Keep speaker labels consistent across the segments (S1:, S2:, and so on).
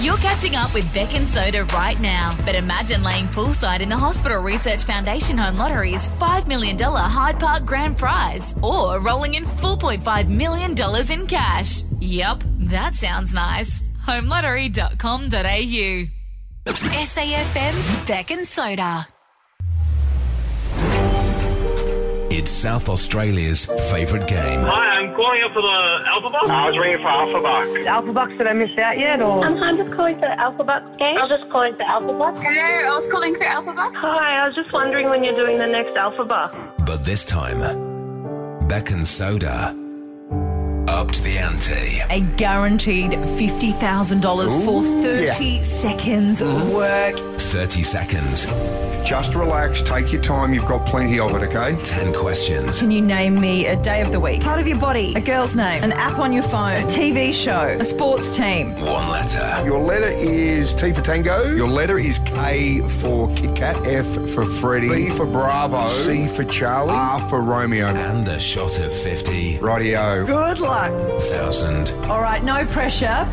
S1: You're catching up with Beck and Soda right now, but imagine laying poolside in the Hospital Research Foundation Home Lottery's $5 million Hyde Park Grand Prize or rolling in $4.5 million in cash. Yup, that sounds nice. HomeLottery.com.au SAFM's Beck and Soda.
S2: It's South Australia's favourite game.
S3: Hi, I'm calling up for the Alpha Box. I was ringing for Alpha Box.
S4: Alpha Box that I missed out yet, or
S5: Um, I'm just calling for Alphabox game. I'm just calling for Alphabox.
S6: Hello, I was calling for Alpha Bus.
S5: Hi, I was just wondering when you're doing the next Alphabox.
S2: But this time, Beck and Soda upped the ante.
S7: A guaranteed $50,000 for 30 seconds
S8: Mm-hmm.
S7: of work.
S2: 30 seconds,
S8: Just relax, take your time, you've got plenty of it, okay?
S2: 10 questions.
S7: Can you name me a day of the week? Part of your body, a girl's name, an app on your phone, a TV show, a sports team.
S2: One letter.
S8: Your letter is T for Tango. Your letter is K for Kit Kat, F for Freddy, B for Bravo, C for Charlie, R for Romeo.
S2: And a shot of
S8: Radio.
S7: Good luck.
S2: $50,000.
S7: All right, no pressure.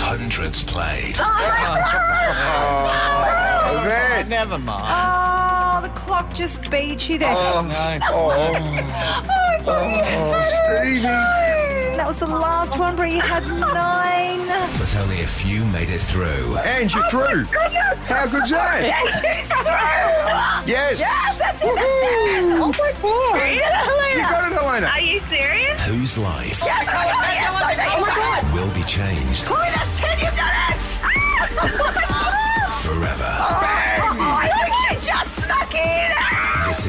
S2: Hundreds played.
S8: That.
S9: Never mind.
S7: Oh, the clock just beat you there.
S8: Oh, oh,
S7: Oh,
S8: oh, Stevie.
S7: that was the last one where you had nine. Oh,
S2: But only a few made it through.
S8: And you're through. How good's that?
S7: And she's through.
S8: Yes.
S7: Yes, that's it, that's it.
S8: Woohoo.
S7: Oh my god.
S8: You got it, Elena.
S5: Are you serious?
S2: Whose life
S7: Yes, I got it. Yes, I
S3: Oh
S7: got it.
S2: will be changed
S7: Chloe, that's 10. You've done it. Oh,
S2: forever?
S10: Oh.
S7: I think she just snuck in.
S2: This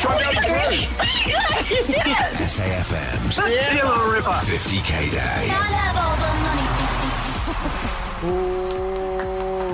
S2: is
S8: Got down to three.
S2: SAFM's
S3: Yeah, little ripper.
S2: 50k day.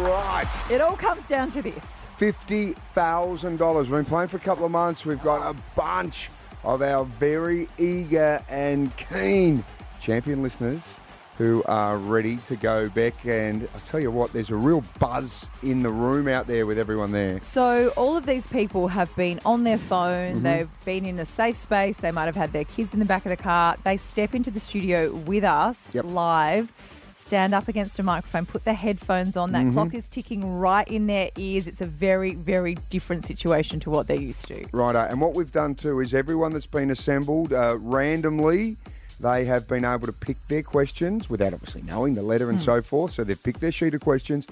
S8: Right.
S7: It all comes down to this.
S8: fifty thousand dollars. We've been playing for a couple of months. We've got a bunch of our very eager and keen champion listeners who are ready to go back. And I tell you what, there's a real buzz in the room out there with everyone there.
S7: So all of these people have been on their phone.
S8: Mm-hmm.
S7: They've been in a safe space. They might have had their kids in the back of the car. They step into the studio with us
S8: Yep.
S7: live. Stand up against a microphone, put the headphones on. That
S8: Mm-hmm.
S7: clock is ticking right in their ears. It's a very, very different situation to what they're used to.
S8: Righto. And what we've done too is everyone that's been assembled uh, randomly, they have been able to pick their questions without obviously knowing the letter
S9: Hmm.
S8: and so forth. So they've picked their sheet of questions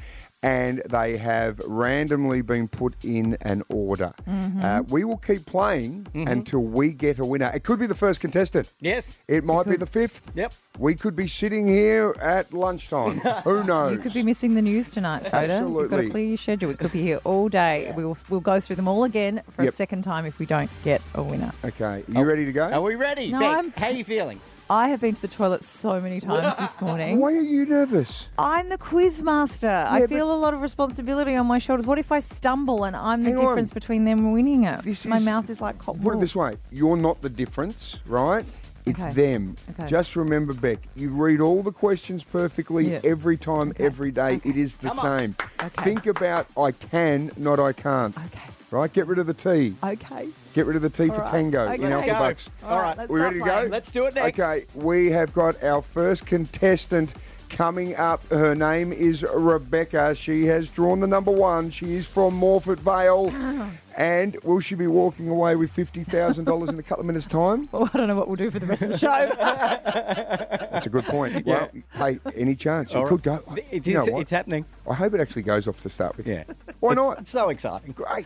S8: and they have randomly been put in an order.
S9: Mm-hmm.
S8: Uh, we will keep playing until we get a winner. It could be the first contestant.
S9: Yes.
S8: It might be the fifth.
S9: Yep.
S8: We could be sitting here at lunchtime. Who knows?
S7: You could be missing the news tonight, Soda. You've got
S8: Absolutely.
S7: to clear your schedule. We could be here all day. We'll, we'll go through them all again for
S8: Yep.
S7: a second time if we don't get a winner.
S8: okay. You ready to go?
S9: Oh. Are we ready?
S7: No,
S9: Beck,
S7: I'm-
S9: How are you feeling?
S7: I have been to the toilet so many times this morning.
S8: Why are you nervous?
S7: I'm the quiz master.
S8: Yeah,
S7: I feel a lot of responsibility on my shoulders. What if I stumble and I'm the
S8: Hang on.
S7: difference between them winning it?
S8: This
S7: my
S8: is-
S7: mouth is like cotton
S8: Put it
S7: wool.
S8: this way, you're not the difference, right? It's
S7: Okay.
S8: them.
S7: Okay.
S8: Just remember, Beck, you read all the questions perfectly
S7: Yeah.
S8: every time, every day. It is the same.
S7: Okay.
S8: Think about I can, not I can't.
S7: Okay.
S8: Right? Get rid of the T.
S7: Okay.
S8: Get rid of the T for
S7: All right.
S8: tango
S7: Okay.
S8: in
S7: Let's
S8: Alpha
S9: go.
S8: Bucks.
S9: All right.
S7: let's
S8: We
S7: start
S8: ready to
S7: playing.
S8: go?
S9: Let's do it next.
S8: Okay, we have got our first contestant coming up. Her name is Rebecca. She has drawn the number one. She is from Morford Vale. And will she be walking away with $50,000 in a couple of minutes' time?
S7: Well, I don't know what we'll do for the rest of the show.
S8: That's a good point. Well, hey, any chance? It
S9: All right.
S8: could go.
S9: It-
S8: you know
S9: it's,
S8: what?
S9: it's happening.
S8: I hope it actually goes off to start with.
S9: Yeah.
S8: Why
S9: It's-
S8: not?
S9: It's so exciting. Great.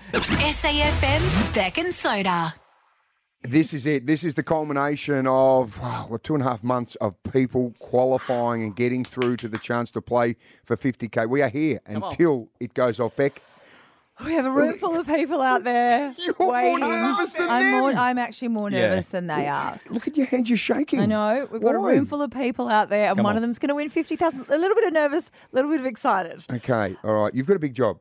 S1: SAFM's Beck and Soda.
S8: This is it. This is the culmination of oh, well, two and a half months of people qualifying and getting through to the chance to play for 50k. We are here
S9: on.
S8: until it goes off back.
S7: we have a room full of people out there
S8: You're more
S7: waiting.
S8: nervous than
S7: I'm, more,
S8: them.
S7: I'm actually more
S9: Yeah.
S7: nervous than they are.
S8: Look at your hands, you're shaking.
S7: I know. We've got
S8: Why?
S7: a room full of people out there, and
S9: Come
S7: one
S9: on.
S7: of them's going to win 50,000. A little bit of nervous, a little bit of excited.
S8: Okay, all right. You've got a big job.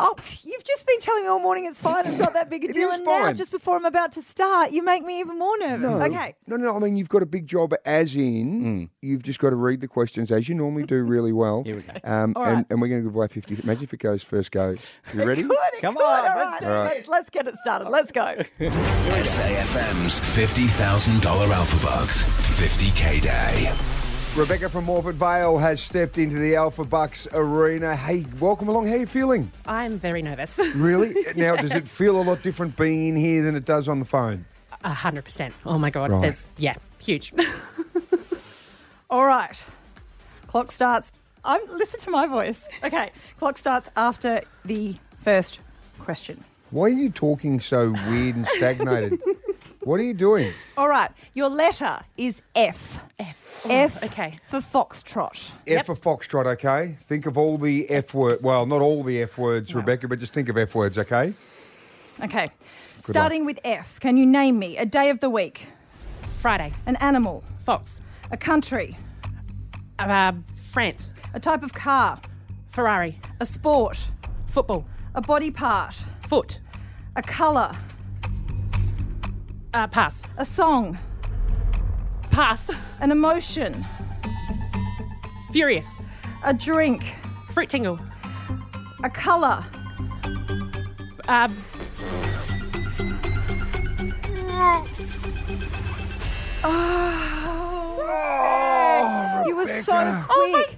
S7: Oh, you've just been telling me all morning it's fine, it's not that big a
S8: It
S7: deal.
S8: is
S7: and now,
S8: fine.
S7: just before I'm about to start, you make me even more nervous. Okay.
S8: No, no, no. I mean, you've got a big job, as in you've just got to read the questions as you normally do really well. Hmm. Here we go. Um,
S7: All
S8: and,
S7: right.
S8: and we're going to give away 50. Imagine if it goes first go. You ready?
S7: Good, it
S9: Come
S7: could.
S9: on,
S7: all
S9: let's
S7: right.
S9: do
S7: Let's, let's get it started. Let's go.
S2: SAFM's $50,000 Alpha Bucks 50k day.
S8: Rebecca from Morford Vale has stepped into the Alpha Bucks arena. Hey, welcome along. How are you feeling?
S10: I'm very nervous.
S8: Really? Now, does it feel a lot different being in here than it does on the phone?
S10: A hundred percent. Oh my god.
S8: Right.
S10: There's yeah, huge.
S7: All right. Clock starts. I'm listen to my voice. Okay. Clock starts after the first question.
S8: Why are you talking so weird and stagnated? what are you doing?
S7: All right. Your letter is F. F. F.
S10: okay.
S7: For foxtrot.
S8: Oh, F for Foxtrot, okay? Think of all the F word. Well, not all the F words, Rebecca, but just think of F words, okay?
S7: Okay. Starting with F. Can you name me a day of the week,
S10: Friday.
S7: an animal,
S10: Fox.
S7: a country,
S10: Uh, France.
S7: a type of car,
S10: Ferrari.
S7: a sport,
S10: Football.
S7: a body part,
S10: Foot.
S7: a color,
S10: Uh, pass.
S7: a song,
S10: Pass.
S7: an emotion,
S10: Furious.
S7: a drink,
S10: Fruit tingle.
S7: a color,
S10: Uh,
S8: Oh,
S7: You were so quick.
S10: oh my god.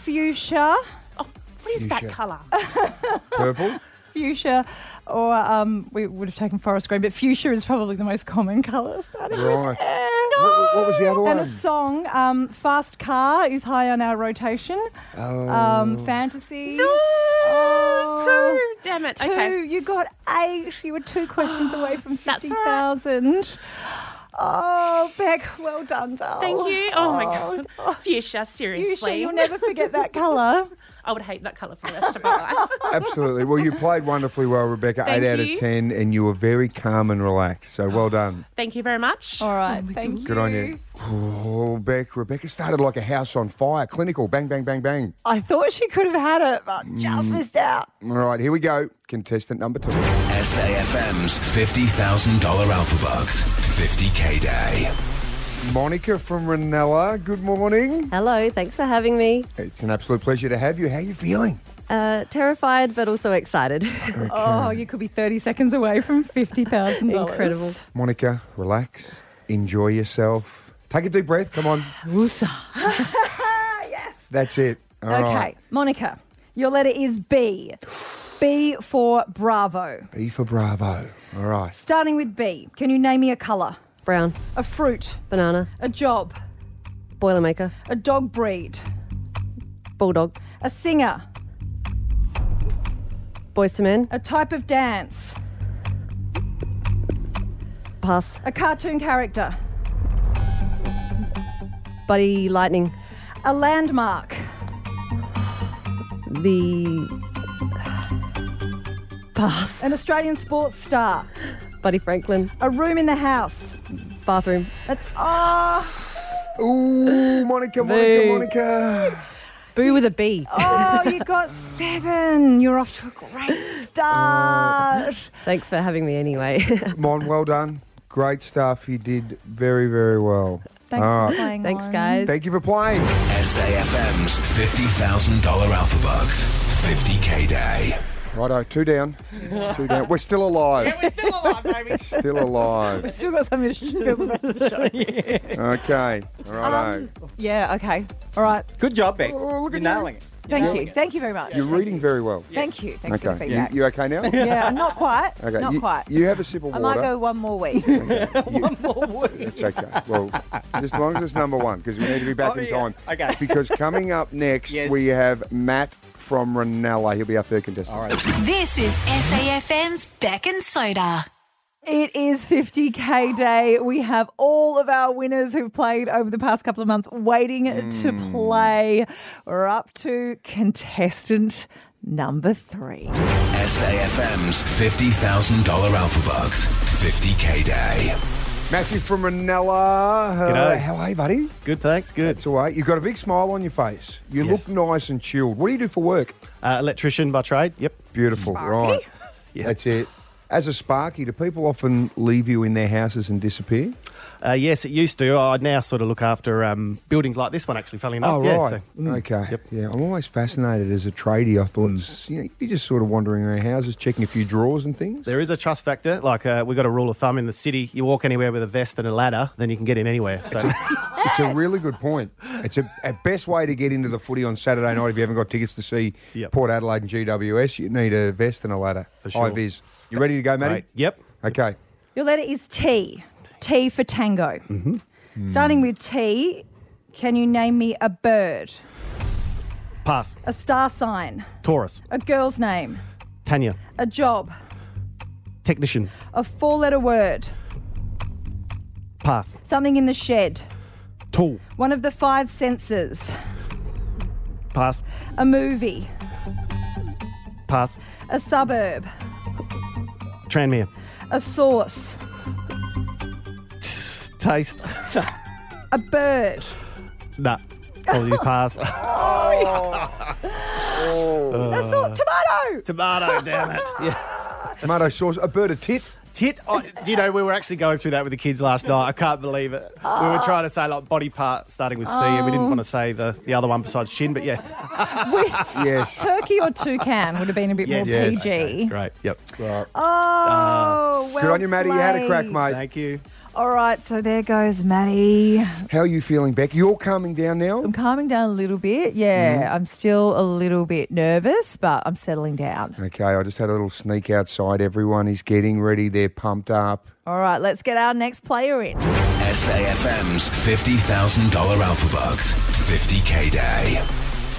S7: Fuchsia, Oh,
S10: What is that
S8: Fuchsia.
S10: colour?
S8: Purple?
S7: fuchsia, or um, we would have taken forest green, but fuchsia is probably the most common color. Starting with
S8: Right.
S7: F.
S8: What, what was the other one?
S7: And a song, um, Fast Car, is high on our rotation.
S8: Oh.
S7: Um, fantasy. No,
S10: Oh, damn it.
S7: Two.
S10: Okay.
S7: You got eight. You were two questions away from
S10: That's all right.
S7: 50,000. Oh, Beck, well done, darling.
S10: Thank you. Oh, my god. Fuchsia, seriously.
S7: You sure you'll never forget that colour?
S10: I would hate that colour for the rest of my life.
S8: Absolutely. Well, you played wonderfully well, Rebecca.
S10: Thank
S8: Eight out of
S10: you.
S8: ten, and you were very calm and relaxed. So well done.
S10: Thank you very much.
S7: All right, thank you.
S8: Good on you. Oh, Beck. Rebecca started like a house on fire. Clinical. Bang, bang, bang, bang.
S7: I thought she could have had it, but
S8: Mm.
S7: just missed out.
S8: All right, here we go. Contestant number two.
S2: SAFM's $50,000 Alpha Bucks 50K Day.
S8: Monica from Ranella. Good morning.
S11: Hello, thanks for having me.
S8: It's an absolute pleasure to have you. How are you feeling?
S11: Uh, terrified, but also excited.
S7: Oh, you could be 30 seconds away from $50,000.
S11: Incredible.
S8: Monica, relax. Enjoy yourself. Take a deep breath. Come on.
S7: yes.
S8: That's it. All
S7: Okay,
S8: right.
S7: Monica, your letter is B. B for Bravo.
S8: B E for Bravo. All right.
S7: Starting with B, can you name me a colour,
S11: Brown,
S7: a fruit,
S11: banana,
S7: a job,
S11: boilermaker,
S7: a dog breed,
S11: bulldog,
S7: a singer,
S11: boys to men,
S7: a type of dance,
S11: pass,
S7: a cartoon character,
S11: buddy, lightning,
S7: a landmark,
S11: the pass,
S7: an Australian sports star,
S11: buddy Franklin,
S7: a room in the house.
S11: bathroom,
S7: That's ah.
S8: Ooh, Monica, Monica,
S11: Boo.
S8: Monica.
S11: boo with a B.
S7: Oh, you got seven. You're off to a great start.
S8: Oh.
S11: Thanks for having me anyway.
S8: Mon, well done. Great stuff. You did very, very well.
S7: Thanks
S8: All right.
S7: for playing.
S11: thanks,
S7: Lauren.
S11: guys.
S8: Ah, Thank you for playing.
S2: SAFM's $50,000 Alpha Bucks 50K Day.
S8: Righto, two down. Two down. We're still alive. we're still alive, baby. Still alive.
S7: Still got something to fill the rest of the show.
S8: Okay. Righto.
S7: Um, yeah, okay. All right.
S12: Good job, Beck.
S8: Oh,
S12: You're
S8: look at you.
S12: nailing it. You're
S7: Thank
S12: nailing
S7: you.
S12: it.
S7: Thank you very much.
S8: You're reading very well.
S7: Thank you. Thanks for the
S8: Okay. You,
S7: feedback.
S8: you okay now?
S7: yeah, not quite.
S8: Okay.
S7: Not
S8: you,
S7: quite.
S8: You have a sip of
S7: I
S8: water.
S7: might go one more week.
S8: It's okay. Well, as long as it's number one, because we need to be back
S12: Oh,
S8: in
S12: yeah.
S8: time.
S12: Okay.
S8: Because coming up next,
S12: Yes.
S8: we have Matt from Ranella. He'll be our third contestant.
S12: All right.
S13: This is SAFM's Beck and Soda.
S7: It is 50k day. We have all of our winners who've played over the past couple of months waiting to play. We're up to contestant number three.
S2: SAFM's $50,000 Alpha Bucks 50K Day.
S8: Matthew from Ranella.
S12: G'day.
S8: how are you, buddy?
S12: Good, thanks. Good.
S8: It's all right. You've got a big smile on your face. You
S12: Yes.
S8: look nice and chilled. What do you do for work?
S12: Uh, electrician by trade. Yep.
S8: Beautiful. Right.
S12: Yeah.
S8: That's it. As a Sparky, do people often leave you in their houses and disappear?
S12: Uh, yes, it used to. I now sort of look after um, buildings like this one, actually, funny enough.
S8: Oh,
S12: Yeah,
S8: right.
S12: so- mm.
S8: Okay. Yeah, I'm always fascinated as a tradie. I thought, it's, you know, you're just sort of wandering around houses, checking a few drawers and things.
S12: There is a trust factor. Like, uh, we've got a rule of thumb in the city you walk anywhere with a vest and a ladder, then you can get in anywhere. So,
S8: It's a really good point. It's a, a best way to get into the footy on Saturday night if you haven't got tickets to see
S12: Yep.
S8: Port Adelaide and GWS. You need a vest and a ladder.
S12: For sure.
S8: High vis. You ready to go, Matty?
S12: Great. Yep.
S8: Okay.
S7: Your letter is T. T for tango. Mm-hmm.
S12: Hmm.
S7: Starting with T, can you name me a bird,
S12: pass.
S7: a star sign,
S12: Taurus.
S7: a girl's name,
S12: Tanya.
S7: a job,
S12: Technician.
S7: a four letter word,
S12: Pass.
S7: something in the shed,
S12: Tool.
S7: one of the five senses,
S12: Pass.
S7: a movie,
S12: Pass.
S7: a suburb,
S12: Tranmere.
S7: a source,
S12: Taste.
S7: a bird.
S12: nah. Apologies,
S7: Oh,
S12: pass.
S7: That's all, tomato!
S12: Uh, Tomato, damn it. Yeah.
S8: Tomato sauce, a bird of tit.
S12: Tit, I, do you know, we were actually going through that with the kids last night. I can't believe it. We were trying to say like body part starting with C, and we
S7: Oh.
S12: didn't want to say the, the other one besides chin, but yeah.
S8: Yes.
S7: Turkey or toucan would have been a bit
S12: Yes.
S7: more
S12: Yes.
S7: PG.
S12: Great. Yep.
S7: Oh, well
S8: Uh, Good on you, Matty. You had a crack,
S7: played.
S8: mate.
S12: Thank you.
S7: All right, so there goes Maddie.
S8: How are you feeling, Beck? You're calming down now?
S7: I'm calming down a little bit. Yeah,
S12: Mm-hmm.
S7: I'm still a little bit nervous, but I'm settling down.
S8: Okay, I just had a little sneak outside. Everyone is getting ready. They're pumped up.
S7: All right, let's get our next player in.
S2: SAFM's $50,000 Alpha Bucks. 50K Day.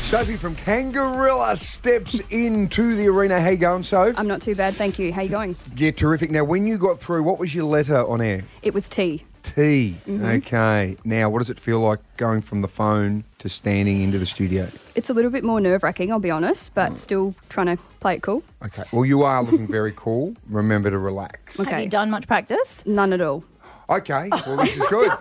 S8: Sophie from Kangarilla steps into the arena. How you going, Soph?
S14: I'm not too bad, thank you. How you going?
S8: yeah, terrific. Now, when you got through, what was your letter on air?
S14: It was tea.
S8: T.
S7: Mm-hmm.
S8: Okay. Now, what does it feel like going from the phone to standing into the studio?
S14: It's a little bit more nerve wracking, I'll be honest,
S8: Hmm.
S14: but still trying to play it cool.
S8: Okay. Well, you are looking very cool. Remember to relax.
S14: Okay.
S7: Have you done much practice?
S14: None at all.
S8: Okay. Well, this is good.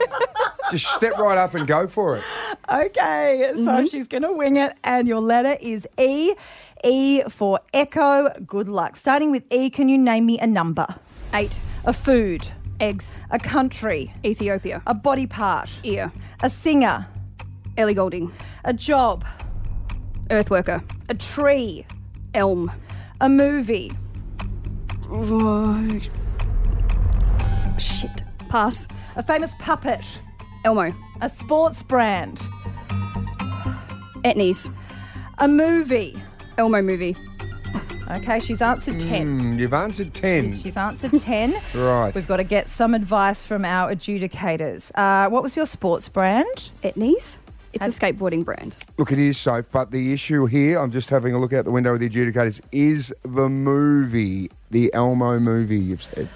S8: Just step right up and go for it.
S7: Okay, so
S14: Mm-hmm.
S7: she's going to wing it, and your letter is E. E for echo. Good luck. Starting with E, can you name me a number?
S14: Eight.
S7: A food,
S14: Eggs.
S7: a country,
S14: Ethiopia.
S7: a body part,
S14: Ear.
S7: a singer,
S14: Ellie Golding.
S7: a job,
S14: Earthworker.
S7: a tree,
S14: Elm.
S7: a movie,
S14: Shit. Pass.
S7: a famous puppet,
S14: Elmo.
S7: a sports brand,
S14: Etnies.
S7: a movie.
S14: Elmo movie.
S7: Okay, she's answered 10.
S8: Mm, You've answered 10.
S7: She's answered 10.
S8: Right.
S7: We've got to get some advice from our adjudicators. Uh, what was your sports brand?
S14: Etnies. It's a skateboarding brand.
S8: Look, it is safe, but the issue here, I'm just having a look out the window with the adjudicators, is the movie, the Elmo movie, you've said.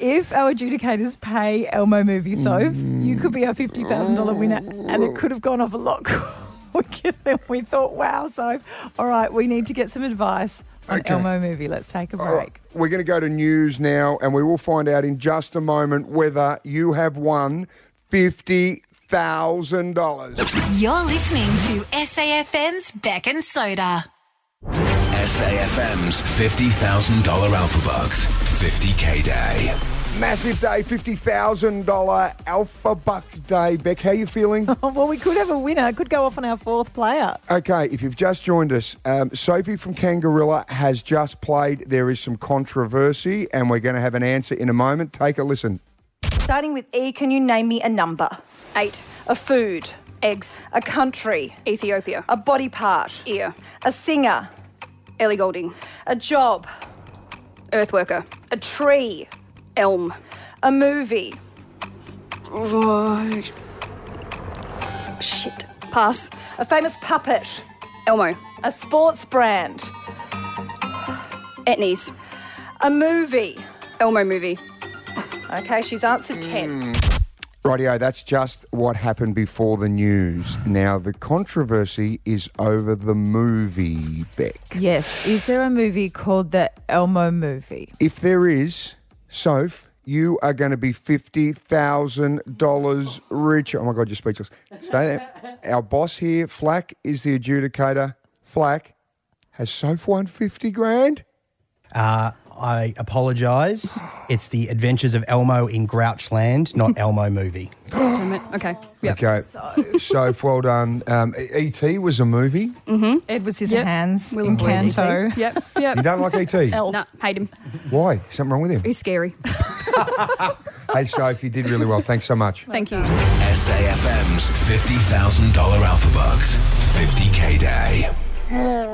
S7: If our adjudicators pay Elmo Movie Soph, you could be our $50,000 winner, and it could have gone off a lot quicker than we thought. Wow, Soph. All right, we need to get some advice on
S8: Okay.
S7: Elmo Movie. Let's take a break.
S8: We're going to go to news now, and we will find out in just a moment whether you have won $50,000.
S13: You're listening to SAFM's Beck and Soda.
S2: SAFM's $50,000 Alpha Bucks. 50K Day.
S8: Massive day, $50,000 Alpha Bucks Day. Beck, how you feeling?
S7: Oh, well, we could have a winner. It could go off on our fourth player.
S8: Okay, if you've just joined us, um, Sophie from Kangarilla has just played. There is some controversy, and we're going to have an answer in a moment. Take a listen.
S7: Starting with E, can you name me a number?
S14: Eight.
S7: A food,
S14: Eggs.
S7: a country,
S14: Ethiopia.
S7: a body part,
S14: Ear.
S7: a singer,
S14: Ellie Golding.
S7: a job,
S14: Earthworker.
S7: a tree,
S14: Elm.
S7: a movie,
S14: Shit. Pass.
S7: a famous puppet,
S14: Elmo.
S7: a sports brand,
S14: Etnies.
S7: a movie.
S14: Elmo movie.
S7: Okay, she's
S8: Hmm.
S7: answered 10.
S8: Rightio, that's just what happened before the news. Now, the controversy is over the movie, Beck.
S7: Yes. Is there a movie called The Elmo Movie?
S8: If there is, Soph, you are going to be $50,000 richer. Oh my God, you're speechless. Stay there. Our boss here, Flack, is the adjudicator. Flack, has Soph won 50 grand?
S9: Uh, I apologise. It's the Adventures of Elmo in Grouchland, not Elmo movie.
S14: Damn it. Okay. Yep.
S8: Okay. So, well done. Um, E.T. was a movie.
S14: Mm-hmm.
S7: Ed was his
S14: Yep.
S7: hands
S14: Will
S7: in
S14: avoid
S7: Canto.
S14: ET. Yep. Yep.
S8: You don't like E ET? Elf.
S14: No, hate him.
S8: Why? Something wrong with him?
S14: He's scary.
S8: hey, Soph, you did really well. Thanks so much.
S14: Thank you.
S2: SAFM's $50,000 Alpha Bucks, 50K Day.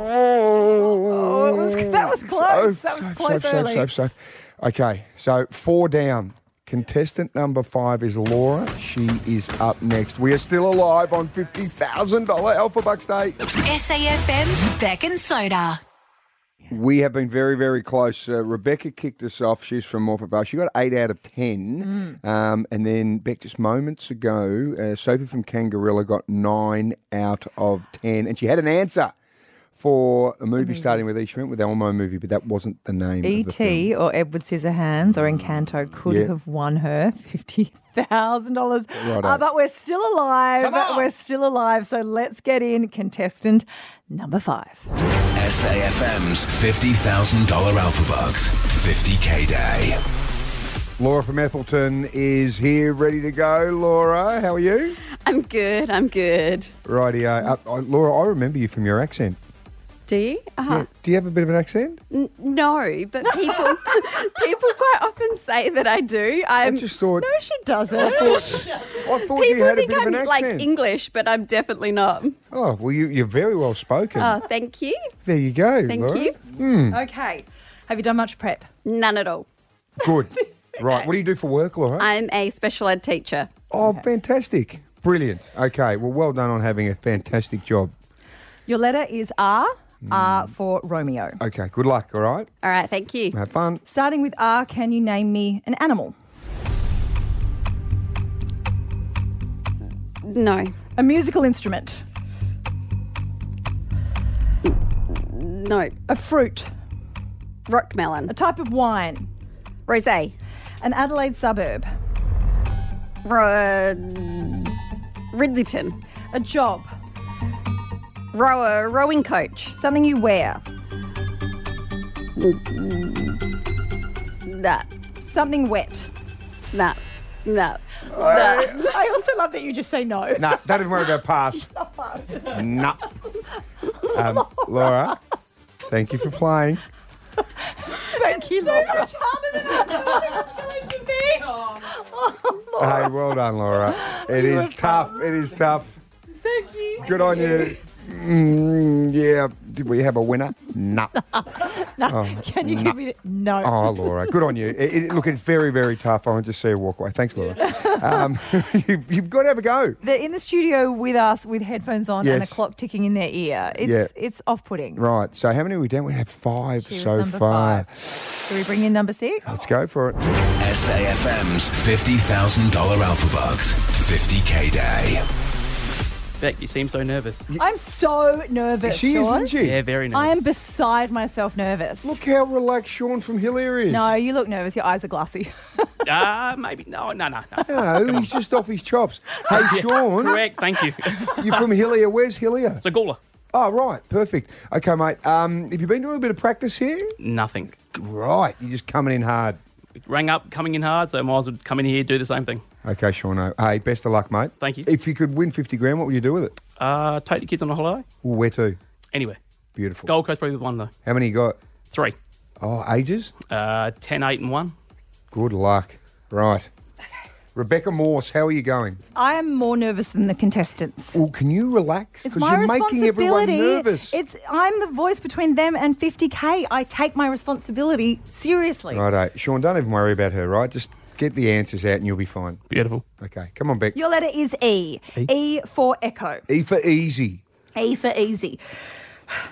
S7: Oh, it was, that was close. that was
S8: Safe,
S7: close
S8: safe,
S7: early.
S8: safe, safe, safe. Okay, so four down. Contestant number five is Laura. She is up next. We are still alive on $50,000 Alpha Bucks Day.
S13: SAFM's Beck and Soda.
S8: We have been very, very close. Uh, Rebecca kicked us off. She's from Morford Vale. She got eight out of ten. Um, and then, Beck, just moments ago, uh, Sophie from Kangarilla got nine out of ten. And she had an answer for a movie starting with E. She went with Elmo movie, but that wasn't the name
S7: E
S8: of the film. Mm.
S7: E.T. or Edward Scissorhands or Encanto could
S8: Yeah.
S7: have won her fifty thousand dollars.
S8: Righto.
S7: Uh, but we're still alive.
S9: Come on.
S7: We're still alive. So let's get in contestant number five.
S2: SAFM's $50,000 Alpha Bucks, 50K Day.
S8: Laura from Ethelton is here, ready to go. Laura, how are you?
S15: I'm good. I'm good.
S8: Righty, uh, uh, Laura, I remember you from your accent.
S15: Do you? Uh,
S8: Do you have a bit of an accent?
S15: n- no, but people people quite often say that I do. I'm, I
S8: just thought.
S7: No, she doesn't.
S15: I
S8: thought,
S15: people
S8: you had a
S15: think
S8: bit of
S15: I'm
S8: an
S15: like
S8: accent.
S15: English, but I'm definitely not.
S8: Oh, well, you, you're very well spoken.
S15: Oh, thank you.
S8: there you go.
S15: Thank
S8: Laura.
S15: you.
S8: Hmm,
S7: Okay. Have you done much prep?
S15: None at all.
S8: good. Right, what do you do for work, Laura?
S15: I'm a special ed teacher.
S8: oh, fantastic. Brilliant. Okay, well, well done on having a fantastic job.
S7: Your letter is R. R
S8: Mm.
S7: for Romeo.
S8: Okay, good luck, all right?
S15: All right, thank you.
S8: Have fun.
S7: Starting with R, can you name me an animal?
S15: No.
S7: A musical instrument.
S15: No.
S7: A fruit.
S15: Rock melon.
S7: A type of wine.
S15: Rosé.
S7: An Adelaide suburb.
S15: Ro- Ridleyton.
S7: A job.
S15: Rower, rowing coach. Mm,
S7: Something you wear.
S15: That.
S7: Something wet.
S15: That. That.
S7: I also love that you just say no.
S8: Nah, don't even worry about pass. nah. Um, Laura, thank you for playing.
S7: Thank you, Laura. So much harder than I thought it was going to be. Oh, Laura,
S8: Hey, well done, Laura. It
S7: You
S8: is
S7: were
S8: tough. It is tough.
S7: thank you.
S8: Good on you. Mm, yeah. Did we have a winner? No.
S7: No,
S8: Oh,
S7: can you
S8: no.
S7: give me the... No.
S8: Oh, Laura. Good on you. It- it- look, it's very, very tough. I want to just see you walk away. Thanks, Laura. Um, you, you've got to have a go.
S7: They're in the studio with us with headphones on and a
S8: Yes.
S7: clock ticking in their ear. It's,
S8: Yeah.
S7: it's off-putting.
S8: Right. So, how many are we down? We have five
S7: She was
S8: so
S7: number
S8: far.
S7: Should we bring in number six?
S8: Let's go for it.
S2: SAFM's $50,000 Alpha Bucks, 50K Day.
S16: Beck, you seem so nervous.
S7: I'm so nervous.
S8: She is,
S7: Sean.
S8: isn't she?
S16: Yeah, very nervous.
S7: I am beside myself nervous.
S8: Look how relaxed Sean from Hillier is.
S7: No, you look nervous. Your eyes are glassy.
S16: Ah, maybe. No, no, no, no.
S8: No, Oh, he's just off his chops. Hey, Sean.
S16: Correct. Thank you.
S8: You're from Hillier. Where's Hillier?
S16: Zagula.
S8: Oh, right. Perfect. Okay, mate. Um, have you been doing a bit of practice here?
S16: Nothing.
S8: Right. You're just coming in hard.
S16: Rang up, coming in hard, so might as well come in here, do the same thing.
S8: Okay, Sean. uh, Hey, best of luck, mate.
S16: Thank you.
S8: If you could win 50 grand, what would you do with it?
S16: Uh, take the kids on a holiday.
S8: Ooh, Where to?
S16: Anywhere.
S8: Beautiful.
S16: Gold Coast probably the one, though.
S8: How many you got?
S16: Three.
S8: Oh, ages?
S16: Uh, 10, 8, and 1.
S8: Good luck. Right. Rebecca Morse, how are you going?
S7: I am more nervous than the contestants.
S8: Well, can you relax?
S7: It's
S8: 'Cause
S7: my
S8: you're
S7: responsibility.
S8: making everyone nervous.
S7: It's I'm the voice between them and 50k. I take my responsibility seriously.
S8: Righto. Sean, don't even worry about her, right? Just get the answers out and you'll be fine.
S16: Beautiful.
S8: Okay, come on, Beck.
S7: Your letter is E.
S8: E?
S7: E, for echo.
S8: E for easy.
S7: E for easy.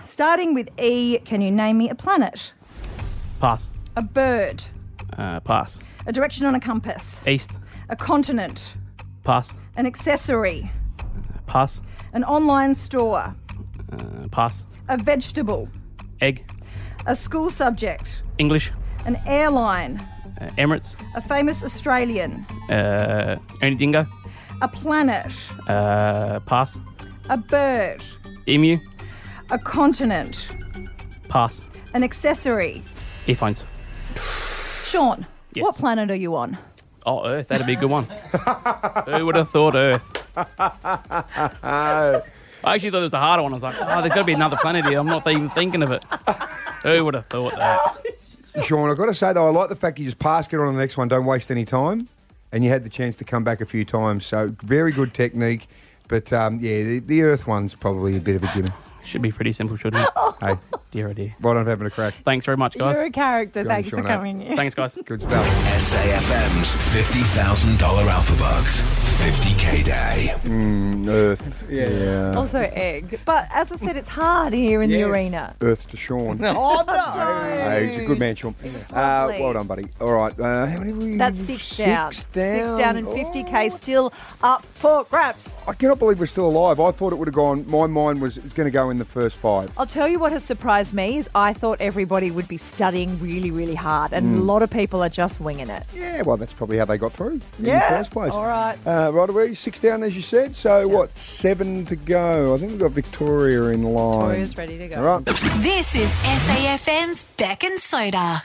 S7: Starting with E, can you name me a planet,
S16: Pass.
S7: a bird,
S16: Uh, pass.
S7: a direction on a compass,
S16: East.
S7: a continent,
S16: Pass.
S7: an accessory,
S16: Pass.
S7: an online store,
S16: Uh, pass.
S7: a vegetable,
S16: Egg.
S7: a school subject,
S16: English.
S7: an airline,
S16: Uh, Emirates.
S7: a famous Australian,
S16: Uh, Ernie Dingo.
S7: a planet,
S16: Uh, pass. E
S7: a bird,
S16: Emu.
S7: a continent,
S16: Pass.
S7: an accessory,
S16: Earphones.
S17: Sean, what planet are you on?
S16: Oh, Earth, that'd be a good one. Who would have thought Earth? I actually thought it was the harder one. I was like, oh, there's got to be another planet here. I'm not even thinking of it. Who would have thought that?
S8: Sean, I've got to say though, I like the fact you just passed it on to the next one. Don't waste any time, and you had the chance to come back a few times. So very good technique. But um, yeah, the, the Earth one's probably a bit of a given.
S16: Should be pretty simple, shouldn't it?
S8: hey,
S16: dear oh dear.
S8: Well done for having a crack.
S16: Thanks very much, guys.
S7: You're a character.
S8: Go on,
S7: Thanks for
S8: Sean, eh?
S7: coming. in.
S16: Thanks, guys.
S8: Good stuff.
S2: SAFM's $50,000 Alpha Bucks. 50K Day.
S8: Mm, Earth. Yeah.
S7: Also, egg. But as I said, it's hard here in the
S8: Yes.
S7: arena.
S8: Earth to Sean.
S7: Oh,
S8: Hey, he's a good man, Sean. Uh, well done, buddy. All right. Uh, how many we?
S7: That's six, down.
S8: Six
S7: Six
S8: down.
S7: down Oh. and 50k still up for grabs.
S8: I cannot believe we're still alive. I thought it would have gone. My mind was it's going to go in the first five.
S7: I'll tell you what has surprised me is I thought everybody would be studying really, really hard, and a
S8: Mm.
S7: lot of people are just winging it.
S8: Yeah, well, that's probably how they got through in
S7: Yeah.
S8: the first place.
S7: All right.
S8: Uh, right away, six down, as you said. So, what, seven to go? I think we've got Victoria in line.
S13: Victoria's ready to go.
S8: All right.
S13: This is SAFM's Beck and Soda.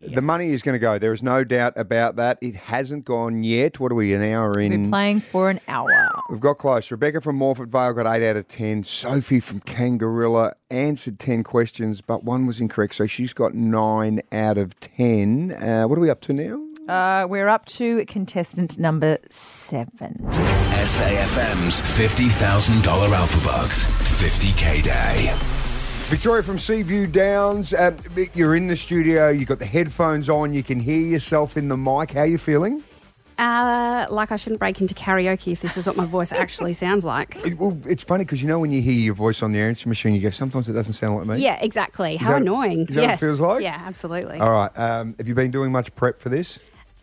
S8: The money is going to go. There is no doubt about that. It hasn't gone yet. What are we, an hour in?
S7: We're playing for an hour.
S8: We've got close. Rebecca from Morford Vale got 8 out of 10. Sophie from Kangarilla answered 10 questions, but one was incorrect. So she's got 9 out of 10. Uh, what are we up to now?
S7: Uh, we're up to contestant number seven.
S2: SAFM's $50,000 Alpha Bucks. 50K Day.
S8: Victoria from Seaview Downs. Um, Vic, you're in the studio. You've got the headphones on. You can hear yourself in the mic. How are you feeling?
S15: Uh, like I shouldn't break into karaoke if this is what my voice actually sounds like.
S8: It, well, it's funny because you know when you hear your voice on the answer machine, you go, sometimes it doesn't sound like me.
S15: Yeah, exactly.
S8: Is
S15: How
S8: that-
S15: annoying.
S8: is that what it
S15: Yes.
S8: feels like?
S15: Yeah, absolutely.
S8: All right. Um, have you been doing much prep for this?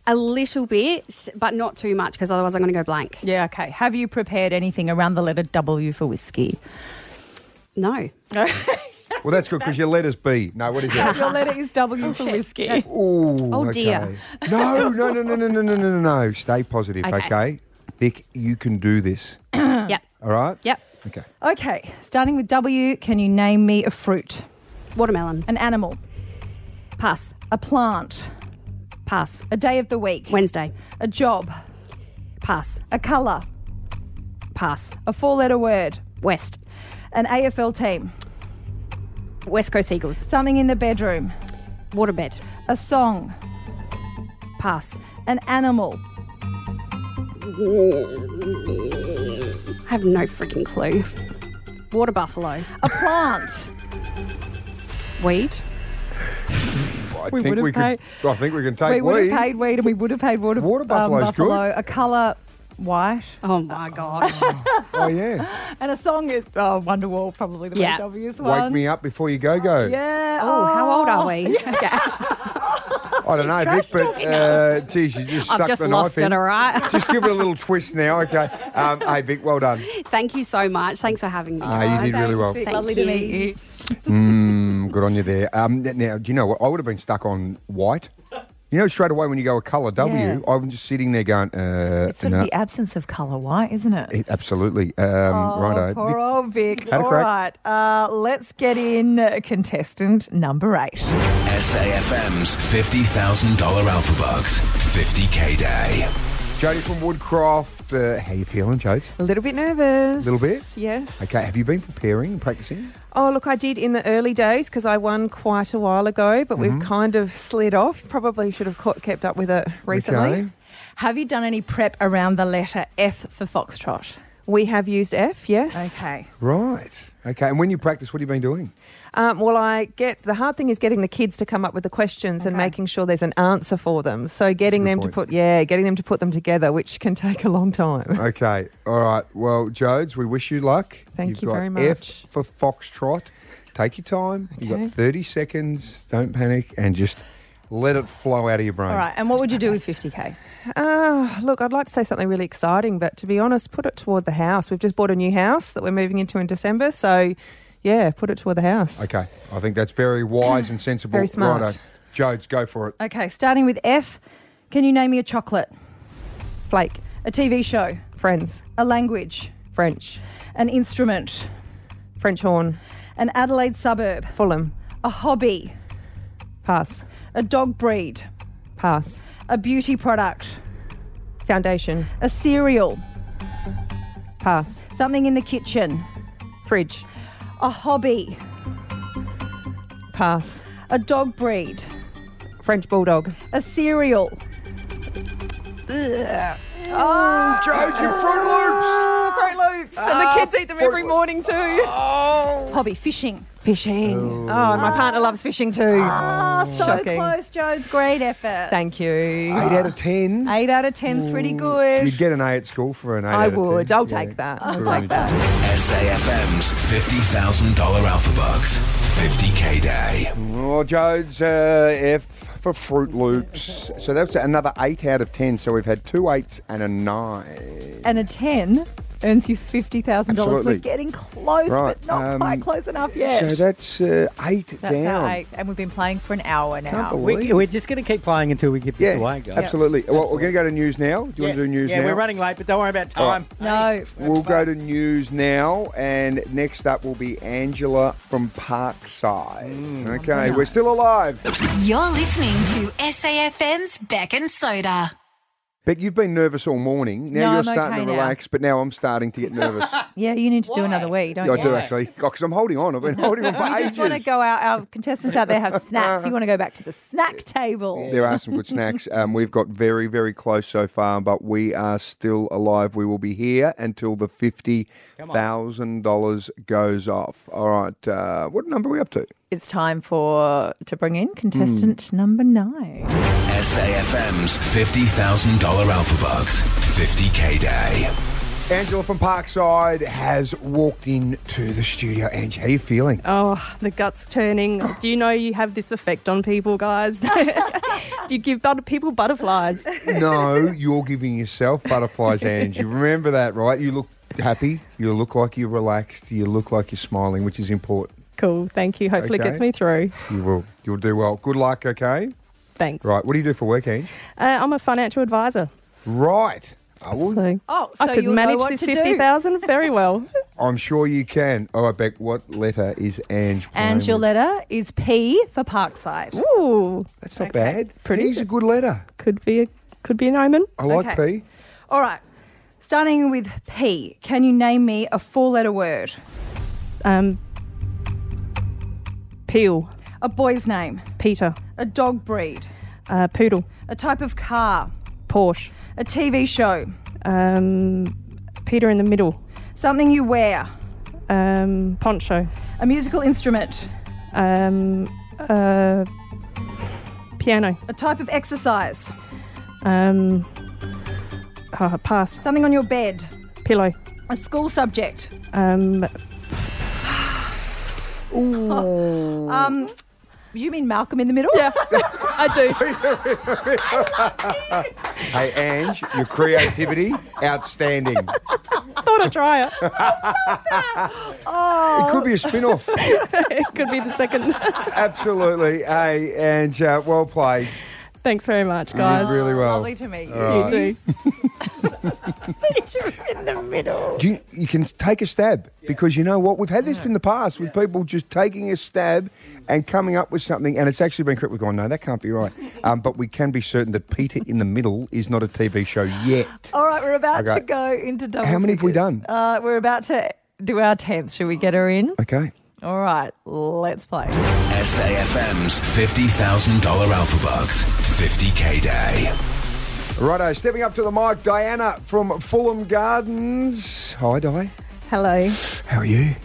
S15: A little bit, but not too much because otherwise I'm going to go blank.
S7: Yeah, okay. Have you prepared anything around the letter W for whiskey?
S15: No.
S8: Well, that's good because your letters B. No, what is it?
S7: Your letter is W for whiskey.
S8: Ooh,
S7: Oh,
S8: okay.
S7: dear.
S8: No, no, no, no, no, no, no, no, no. Stay positive,
S7: Okay.
S8: okay. Vic, you can do this.
S7: yep.
S8: All right?
S15: Yep.
S8: Okay.
S7: Okay, starting with W, can you name me a fruit?
S15: Watermelon.
S7: An animal.
S15: Pass.
S7: A plant.
S15: Pass.
S7: A day of the week.
S15: Wednesday.
S7: A job.
S15: Pass.
S7: A colour.
S15: Pass.
S7: A four letter word.
S15: West.
S7: An AFL team.
S15: West Coast Eagles.
S7: Something in the bedroom.
S15: Waterbed.
S7: A song.
S15: Pass.
S7: An animal.
S15: I have no freaking clue. Water buffalo.
S7: A plant.
S15: Weed.
S8: I
S7: We
S8: think
S7: would've
S8: we can. I think we can take
S7: we would
S8: weed.
S7: have paid weed and we would have paid water, um,
S8: Water buffalo's
S7: buffalo. A colour white.
S15: Oh my gosh.
S8: Oh yeah.
S7: and a song is oh, Wonderwall, probably the
S15: Yeah.
S7: most obvious one.
S8: Wake me up before you go go.
S7: Yeah.
S15: Oh, how old are
S7: oh.
S15: we? Okay.
S8: I don't know, Vic, but uh, geez, you just
S15: I've
S8: stuck
S15: just
S8: the
S15: lost
S8: knife
S15: it,
S8: in.
S15: all right?
S8: just give it a little twist now, okay? Um, hey, Vic, well done.
S15: Thank you so much. Thanks for having me.
S8: Ah, you did
S15: guys.
S8: really well.
S15: Thank
S7: Lovely
S15: you.
S7: to meet you.
S8: Mm, good on you there. Um, n- now, do you know what? I would have been stuck on white. You know, straight away when you go a colour W,
S7: Yeah.
S8: I'm just sitting there going, uh,
S7: It's sort
S8: no.
S7: of the absence of colour white, isn't it?
S8: It- Absolutely. Um,
S7: Oh,
S8: righto.
S7: poor
S8: Vic-
S7: old Vic.
S8: Had a
S7: All right,
S8: crack.
S7: uh, let's get in uh, contestant number eight.
S2: SAFM's $50,000 Alpha Bucks. 50K Day.
S8: Jodie from Woodcroft. Uh, how you feeling, Jodie?
S18: A little bit nervous.
S8: Little bit?
S18: Yes.
S8: Okay, have you been preparing and practicing?
S18: Oh, look, I did in the early days because I won quite a while ago, but
S8: Mhm.
S18: we've kind of slid off. Probably should have caught, kept up with it recently.
S8: Okay.
S7: Have you done any prep around the letter F for Foxtrot?
S18: We have used F, yes.
S7: Okay.
S8: Right. Okay, and when you practice, what have you been doing?
S18: Um, well, I get the hard thing is getting the kids to come up with the questions and making sure there's an answer for them. So getting them to put, yeah, getting them to put them together, which can take a long time.
S8: Okay, all right. Well, Jodes, we wish you luck.
S18: Thank
S8: You've
S18: you
S8: got
S18: very
S8: F for Foxtrot. Take your time. You've
S18: Okay.
S8: got 30 seconds. Don't panic and just let it flow out of your brain.
S7: All right, and what would you do with 50k?
S18: Uh, look, I'd like to say something really exciting, but to be honest, put it toward the house. We've just bought a new house that we're moving into in December, so yeah, put it toward the house.
S8: Okay, I think that's very wise and sensible.
S18: Very smart.
S8: Righto. Jodes, go for it.
S7: Okay, starting with F, can you name me a chocolate?
S18: Flake.
S7: A TV show?
S18: Friends.
S7: A language?
S18: French.
S7: An instrument?
S18: French horn.
S7: An Adelaide suburb?
S18: Fulham.
S7: A hobby?
S18: Pass.
S7: A dog breed?
S18: Pass.
S7: A beauty product.
S18: Foundation.
S7: A cereal.
S18: Pass.
S7: Something in the kitchen.
S18: Fridge.
S7: A hobby.
S18: Pass.
S7: A dog breed.
S18: French bulldog.
S7: A cereal.
S18: Ugh. Ah,
S8: Oh, Joe, you Fruit Loops.
S18: Fruit Loops. and the kids eat them every morning too. Oh.
S7: Hobby fishing.
S18: Fishing. Oh, and my partner loves fishing too.
S7: Ah, so close, Joe's great effort.
S18: Thank you.
S8: Eight out of ten.
S7: Eight out of ten's pretty good.
S8: You'd get an A at school for an Mm. eight.
S18: I
S8: out of
S18: would.
S8: 10.
S18: I'll take that. I'll
S8: Good.
S18: take that.
S2: SAFM's $50,000 Alpha Bucks. 50K Day.
S8: Well, Jodes, uh, F for Fruit Loops. So that's another eight out of ten. So we've had two eights and a nine.
S7: And a ten earns you fifty thousand dollars. We're
S8: Absolutely.
S7: getting close,
S8: Right,
S7: but not
S8: um,
S7: quite close enough yet.
S8: So that's uh, eight
S7: That's
S8: down.
S7: our eight, and we've been playing for an hour now.
S8: believe
S19: We, we're just going to keep playing until we get this
S8: Yeah,
S19: away, guys.
S8: absolutely. Well, we're going to go to news now. Do you want to do news
S19: yeah,
S8: now?
S19: we're running late, but don't worry about
S8: All
S19: time.
S8: right.
S7: No.
S8: We'll go to news now, and next up will be Angela from Parkside.
S19: Mm.
S8: okay, we're still alive.
S13: You're listening to SAFM's Beck and Soda.
S8: Beck, you've been nervous all morning. Now
S7: No,
S8: you're
S7: I'm
S8: starting
S7: okay
S8: to
S7: now.
S8: relax, but now I'm starting to get nervous.
S7: Yeah, you need to do another week, don't
S8: Yeah, I
S7: you?
S8: do actually, because I'm holding on. I've been holding on for
S7: You
S8: ages.
S7: just want to go out. Our contestants out there have snacks. You want to go back to the snack table.
S8: There are some good snacks. Um, we've got very, very close so far, but we are still alive. We will be here until the fifty thousand dollars goes off. All right, uh, what number are we up to?
S7: It's time for to bring in contestant
S8: Hmm.
S7: number nine.
S2: SAFM's $50,000 Alpha Bucks. 50K Day.
S8: Angela from Parkside has walked into the studio. Angie, how are you feeling?
S10: Oh, the guts turning. Do you know you have this effect on people, guys? you give butter- people butterflies.
S8: Oh. no, you're giving yourself butterflies, Angie. Remember that, right? You look happy. You look like you're relaxed. You look like you're smiling, which is important.
S10: Cool. Thank you. Hopefully,
S8: Okay.
S10: it gets me through.
S8: You will. You'll do well. Good luck, okay?
S10: Thanks.
S8: Right. What do you do for work, Ange?
S10: Uh, I'm a financial advisor.
S8: Right. I will,
S10: So
S7: Oh, so
S10: I could
S7: you'll know
S10: manage
S7: what
S10: this
S7: to do.
S10: 50,000 very well.
S8: I'm sure you can. All right, Beck, what letter is Ange playing
S7: And your
S8: with?
S7: letter is P for Parkside.
S10: Ooh.
S8: That's not bad. He's a good letter.
S10: Could be a could be an omen.
S8: I like
S7: Okay.
S8: P.
S7: All right. Starting with P, can you name me a four letter word?
S10: Um, peel.
S7: A boy's name,
S10: Peter.
S7: a dog breed,
S10: Uh, poodle.
S7: a type of car,
S10: Porsche.
S7: a TV show,
S10: Um, Peter in the middle.
S7: something you wear,
S10: Um, poncho.
S7: a musical instrument,
S10: Um, uh, piano.
S7: a type of exercise,
S10: Um, oh, pass.
S7: something on your bed,
S10: Pillow.
S7: a school subject.
S10: Um,
S7: Um, you mean Malcolm in the Middle?
S10: yeah, I do.
S8: Hey, Ange, your creativity, outstanding. It
S10: Thought I'd try it.
S8: could
S10: Oh.
S8: be a spin off.
S10: It could be the second.
S8: Absolutely. Hey, Ange, uh, well played.
S10: Thanks very much,
S8: You did
S10: guys.
S8: really well.
S7: Lovely to meet you.
S8: All right.
S10: You too.
S8: Do you, you can take a stab because you know what? We've had this in the past with people just taking a stab and coming up with something, and it's actually been correct. We've gone, no, that can't be right. Um, but we can be certain that Peter in the Middle is not a TV show yet.
S7: All right, we're about
S8: Okay.
S7: to go into double.
S8: How many have we
S7: figures.
S8: done?
S7: Uh, we're about to do our 10th. Should we get her in?
S8: Okay.
S7: All right, let's play.
S2: SAFM's $50,000 Alpha Bucks. 50K Day.
S8: Righto, stepping up to the mic, Diana from Fulham Gardens. Hi, Di.
S20: Hello.
S8: How are you?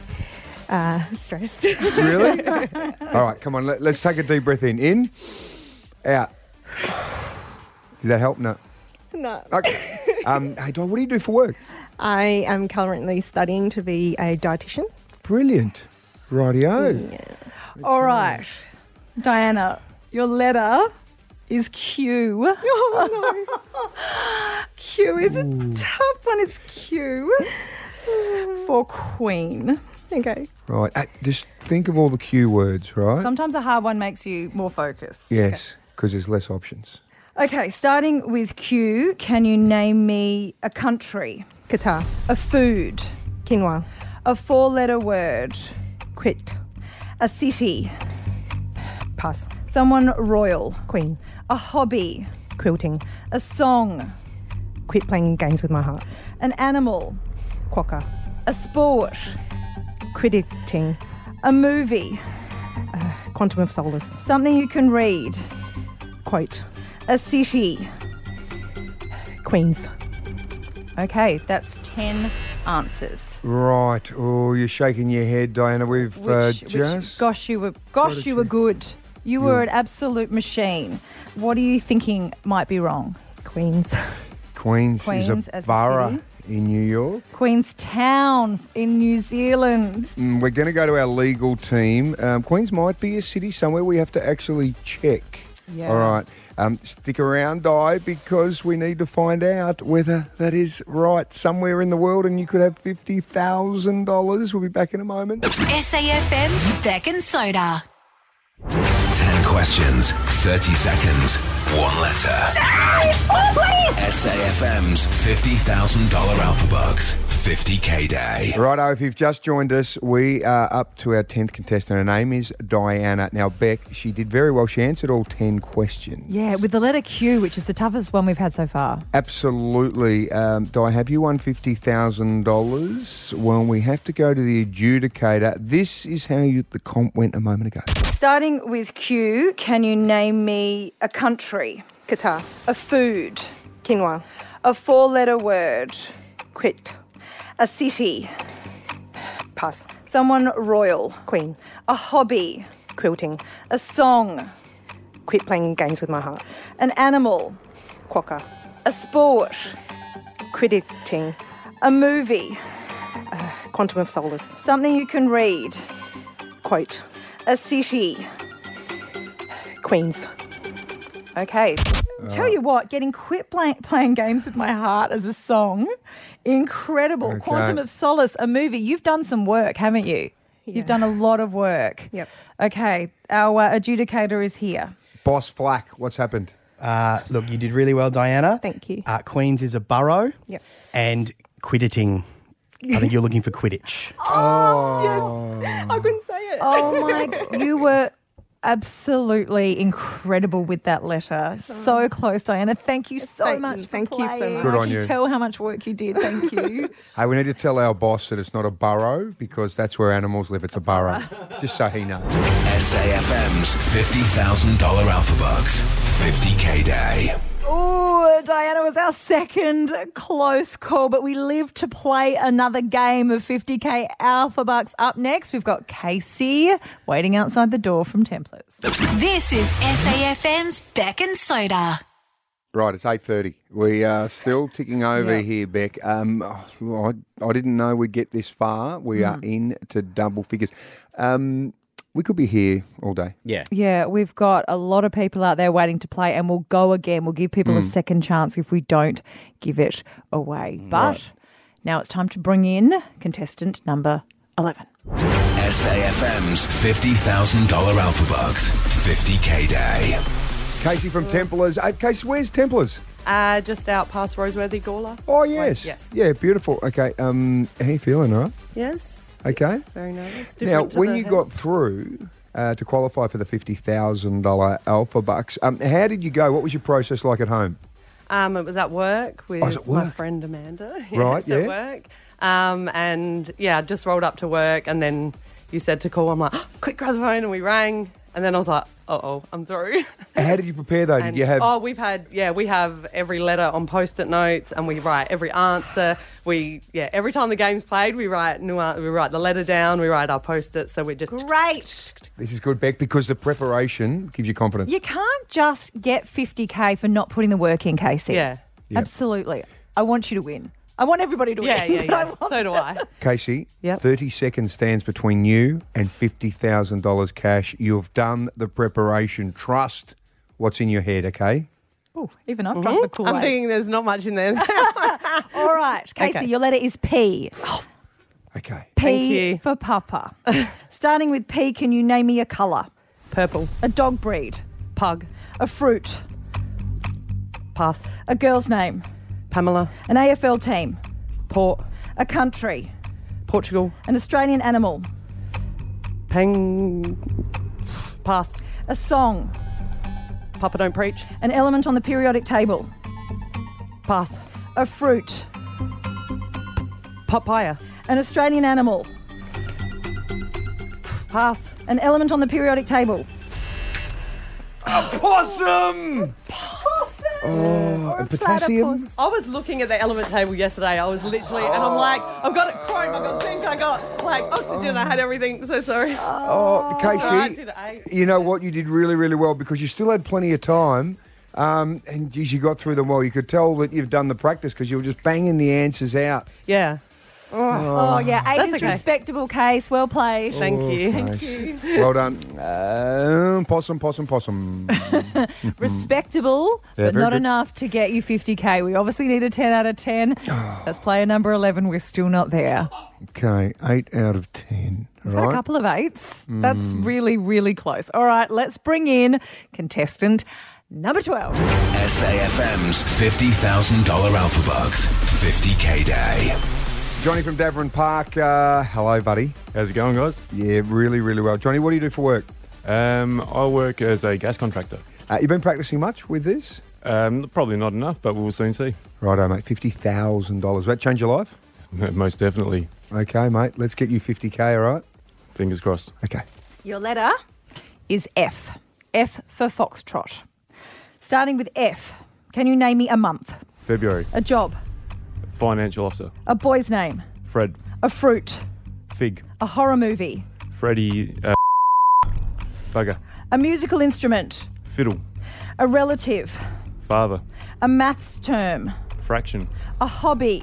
S20: Uh, stressed.
S8: Really? All right, come on, let, us take a deep breath in. In, out. Did that help? No.
S20: no.
S8: Okay. Um, hey, Di, what do you do for work?
S20: I am currently studying to be a dietitian.
S8: Brilliant. Rightio.
S7: All right, Diana, your letter is Q. Q is a
S8: Hmm.
S7: tough one. It's Q for queen.
S20: Okay.
S8: Right. uh, Just think of all the Q words, right?
S7: Sometimes a hard one makes you more focused.
S8: yes, because there's less options.
S7: Okay, starting with Q, can you name me a country,
S20: Qatar.
S7: a food,
S20: Quinoa.
S7: a four letter word,
S20: Quit.
S7: a city,
S20: Pass.
S7: someone royal,
S20: Queen.
S7: A hobby.
S20: Quilting.
S7: A song.
S20: Quit playing games with my heart.
S7: An animal.
S20: Quokka.
S7: A sport.
S20: Crediting.
S7: A movie.
S20: Uh, Quantum of Solace.
S7: Something you can read.
S20: Quote.
S7: A city.
S20: Queens.
S7: Okay, that's 10 answers.
S8: Right. Oh, you're shaking your head, Diana. We've
S7: Which,
S8: uh,
S7: which-
S8: just.
S7: gosh, you were gosh,
S8: did
S7: you were
S8: you-
S7: good. You were
S8: Yeah.
S7: an absolute machine. What are you thinking might be wrong?
S20: Queens.
S8: Queens,
S7: Queens
S8: is a
S7: as a
S8: borough
S7: city.
S8: in New York.
S7: Queenstown in New Zealand.
S8: Mm, we're going to go to our legal team. Um, Queens might be a city somewhere we have to actually check.
S7: Yeah.
S8: All right. Um, stick around, Di, because we need to find out whether that is right somewhere in the world and you could have $50,000. We'll be back in a moment.
S13: SAFM's Beck and Soda.
S2: 10 questions, 30 seconds, one letter. SAFM's $50,000 Alpha Bucks, 50K Day.
S8: Righto, if you've just joined us, we are up to our 10th contestant. Her name is Diana. Now, Beck, she did very well. She answered all 10 questions.
S1: Yeah, with the letter Q, which is the toughest one we've had so far.
S8: Absolutely. Um, Di, have you won $50,000? Well, we have to go to the adjudicator. This is how you, the comp went a moment ago.
S7: Starting with Q, can you name me a country,
S20: Qatar.
S7: a food,
S20: Quinoa.
S7: a four-letter word,
S20: Quit.
S7: a city,
S20: Pass.
S7: someone royal,
S20: Queen.
S7: a hobby,
S20: Quilting.
S7: a song,
S20: Quit playing games with my heart.
S7: an animal,
S20: Quokka.
S7: a sport,
S20: Crediting. Uh,
S7: a movie,
S20: Quantum of Solace.
S7: something you can read,
S20: Quote.
S7: a city.
S20: Queens.
S7: Okay. Tell you what, getting quit play- playing games with my heart as a song, incredible.
S8: Okay.
S7: Quantum of Solace, a movie. You've done some work, haven't you? You've done a lot of work.
S20: Yep.
S7: Okay, our uh, adjudicator is here.
S8: Boss Flack, what's happened?
S9: Uh, look, you did really well, Diana.
S20: Thank you.
S9: Uh, Queens is a borough.
S20: Yep.
S9: And quidditing. I think you're looking for Quidditch.
S8: Oh,
S20: I couldn't say it.
S7: Oh my, you were absolutely incredible with that letter. So close, Diana. Thank you so
S20: Oh. Thank you.
S7: much. for
S20: Thank you so
S7: playing.
S20: much.
S8: Good
S7: I
S8: on
S7: can
S8: you.
S7: Tell how much work you did. Thank you.
S8: Hey, we need to tell our boss that it's not a burrow because that's where animals live. It's a burrow. Just so he knows.
S2: SAFM's $50,000 Alpha Bucks, 50K Day.
S7: Oh, Diana was our second close call, but we live to play another game of 50k Alpha Bucks. Up next, we've got Casey waiting outside the door from Templars.
S13: This is SAFM's Beck and Soda.
S8: Right, it's eight thirty. We are still ticking over here, Beck. Um, oh, I, I didn't know we'd get this far. We are
S11: Hmm.
S8: in to double figures. Um, we could be here all day.
S19: Yeah.
S1: Yeah, we've got a lot of people out there waiting to play, and we'll go again. We'll give people a second chance if we don't give it away. But now it's time to bring in contestant number 11.
S2: SAFM's $50,000 Alpha Bucks, 50K Day.
S8: Casey from Templars. Hey, Casey, where's Templars?
S11: Uh, just out past Roseworthy Gawler.
S8: Oh yes,
S11: yes.
S8: yeah, beautiful. Okay, um, how you feeling? All right.
S11: Yes.
S8: Okay.
S11: Very nervous.
S8: Now,
S11: Different to
S8: when
S11: the
S8: you
S11: house.
S8: got through uh, to qualify for the fifty thousand dollar Alpha Bucks, um, how did you go? What was your process like at home?
S11: Um, it was at work with
S8: Oh, it's at
S11: my
S8: work.
S11: friend Amanda.
S8: Right,
S11: Yes, At
S8: yeah.
S11: work. Um, and yeah, I just rolled up to work and then you said to call. I'm like, quick, grab the phone. And we rang. And then I was like, uh oh, I'm through.
S8: How did you prepare though? Did
S11: And-
S8: you have?
S11: oh, we've had, yeah, we have every letter on post it notes and we write every answer. We, yeah, every time the game's played, we write new, we write the letter down, we write our post it. So we just,
S7: Great.
S8: This is good, Beck, because the preparation gives you confidence.
S7: You can't just get 50k for not putting the work in, Casey.
S11: Yeah.
S8: Yep.
S7: Absolutely. I want you to win. I want everybody to
S11: yeah,
S7: win.
S11: yeah,
S7: but I
S11: yeah. So do I.
S8: Casey,
S11: Yep.
S8: 30 seconds stands between you and $50,000 cash. You've done the preparation. Trust what's in your head, okay?
S7: Oh, even I've drunk the
S11: Mm-hmm. I'm
S7: Kool Aid.
S11: thinking there's not much in there.
S7: All right, Casey,
S11: Okay.
S7: your letter is P.
S8: Okay.
S7: P
S11: you.
S7: for Papa. Starting with P, can you name me a colour?
S11: Purple.
S7: A dog breed,
S11: Pug.
S7: a fruit,
S11: Pass.
S7: a girl's name,
S11: Pamela.
S7: an AFL team,
S11: Port.
S7: a country,
S11: Portugal.
S7: an Australian animal,
S11: Peng. Pass.
S7: a song,
S11: Papa Don't Preach.
S7: An element on the periodic table.
S11: Pass.
S7: A fruit.
S11: Papaya.
S7: An Australian animal.
S11: Pass.
S7: An element on the periodic table.
S8: A possum!
S7: Possum!
S8: Oh, and potassium.
S11: I was looking at the element table yesterday. I was literally, and I'm like, I've got a chrome, I've got zinc, I got like oxygen, I had everything. So sorry.
S8: Oh, Casey,
S11: So I did eight.
S8: you know what? You did really, really well because you still had plenty of time. Um, and geez, you got through them well. You could tell that you've done the practice because you were just banging the answers out.
S11: Yeah.
S7: Oh, yeah, eight
S11: That's
S7: is
S11: okay.
S7: respectable case. Well played.
S11: Thank
S8: Oh,
S11: you.
S8: nice.
S11: Thank you.
S8: Well done. Um, possum, possum, possum.
S7: Respectable,
S8: Yeah,
S7: but
S8: very
S7: not
S8: good.
S7: enough to get you 50k. We obviously need a 10 out of 10. That's player number 11. We're still not there.
S8: Okay, eight out of ten. All
S7: We've had a
S8: right.
S7: couple of eights. That's
S8: Mm.
S7: really, really close. All right, let's bring in contestant number 12.
S2: SAFM's $50,000 Alpha Bucks 50K Day.
S8: Johnny from Davern Park. Uh, hello, buddy.
S21: How's it going, guys?
S8: Yeah, really, really well. Johnny, what do you do for work?
S21: Um, I work as a gas contractor.
S8: Uh, you've been practicing much with this?
S21: Um, probably not enough, but we'll soon see.
S8: Righto, mate. Fifty thousand dollars. That change your life?
S21: Most definitely.
S8: Okay, mate. Let's get you fifty k. All right.
S21: Fingers crossed.
S8: Okay.
S7: Your letter is F. F for Foxtrot. Starting with F, can you name me a month,
S21: February.
S7: a job,
S21: Financial officer.
S7: a boy's name,
S21: Fred.
S7: a fruit,
S21: Fig.
S7: a horror movie,
S21: Freddy. Uh, bugger.
S7: a musical instrument,
S21: Fiddle.
S7: a relative,
S21: Father.
S7: a maths term,
S21: Fraction.
S7: a hobby,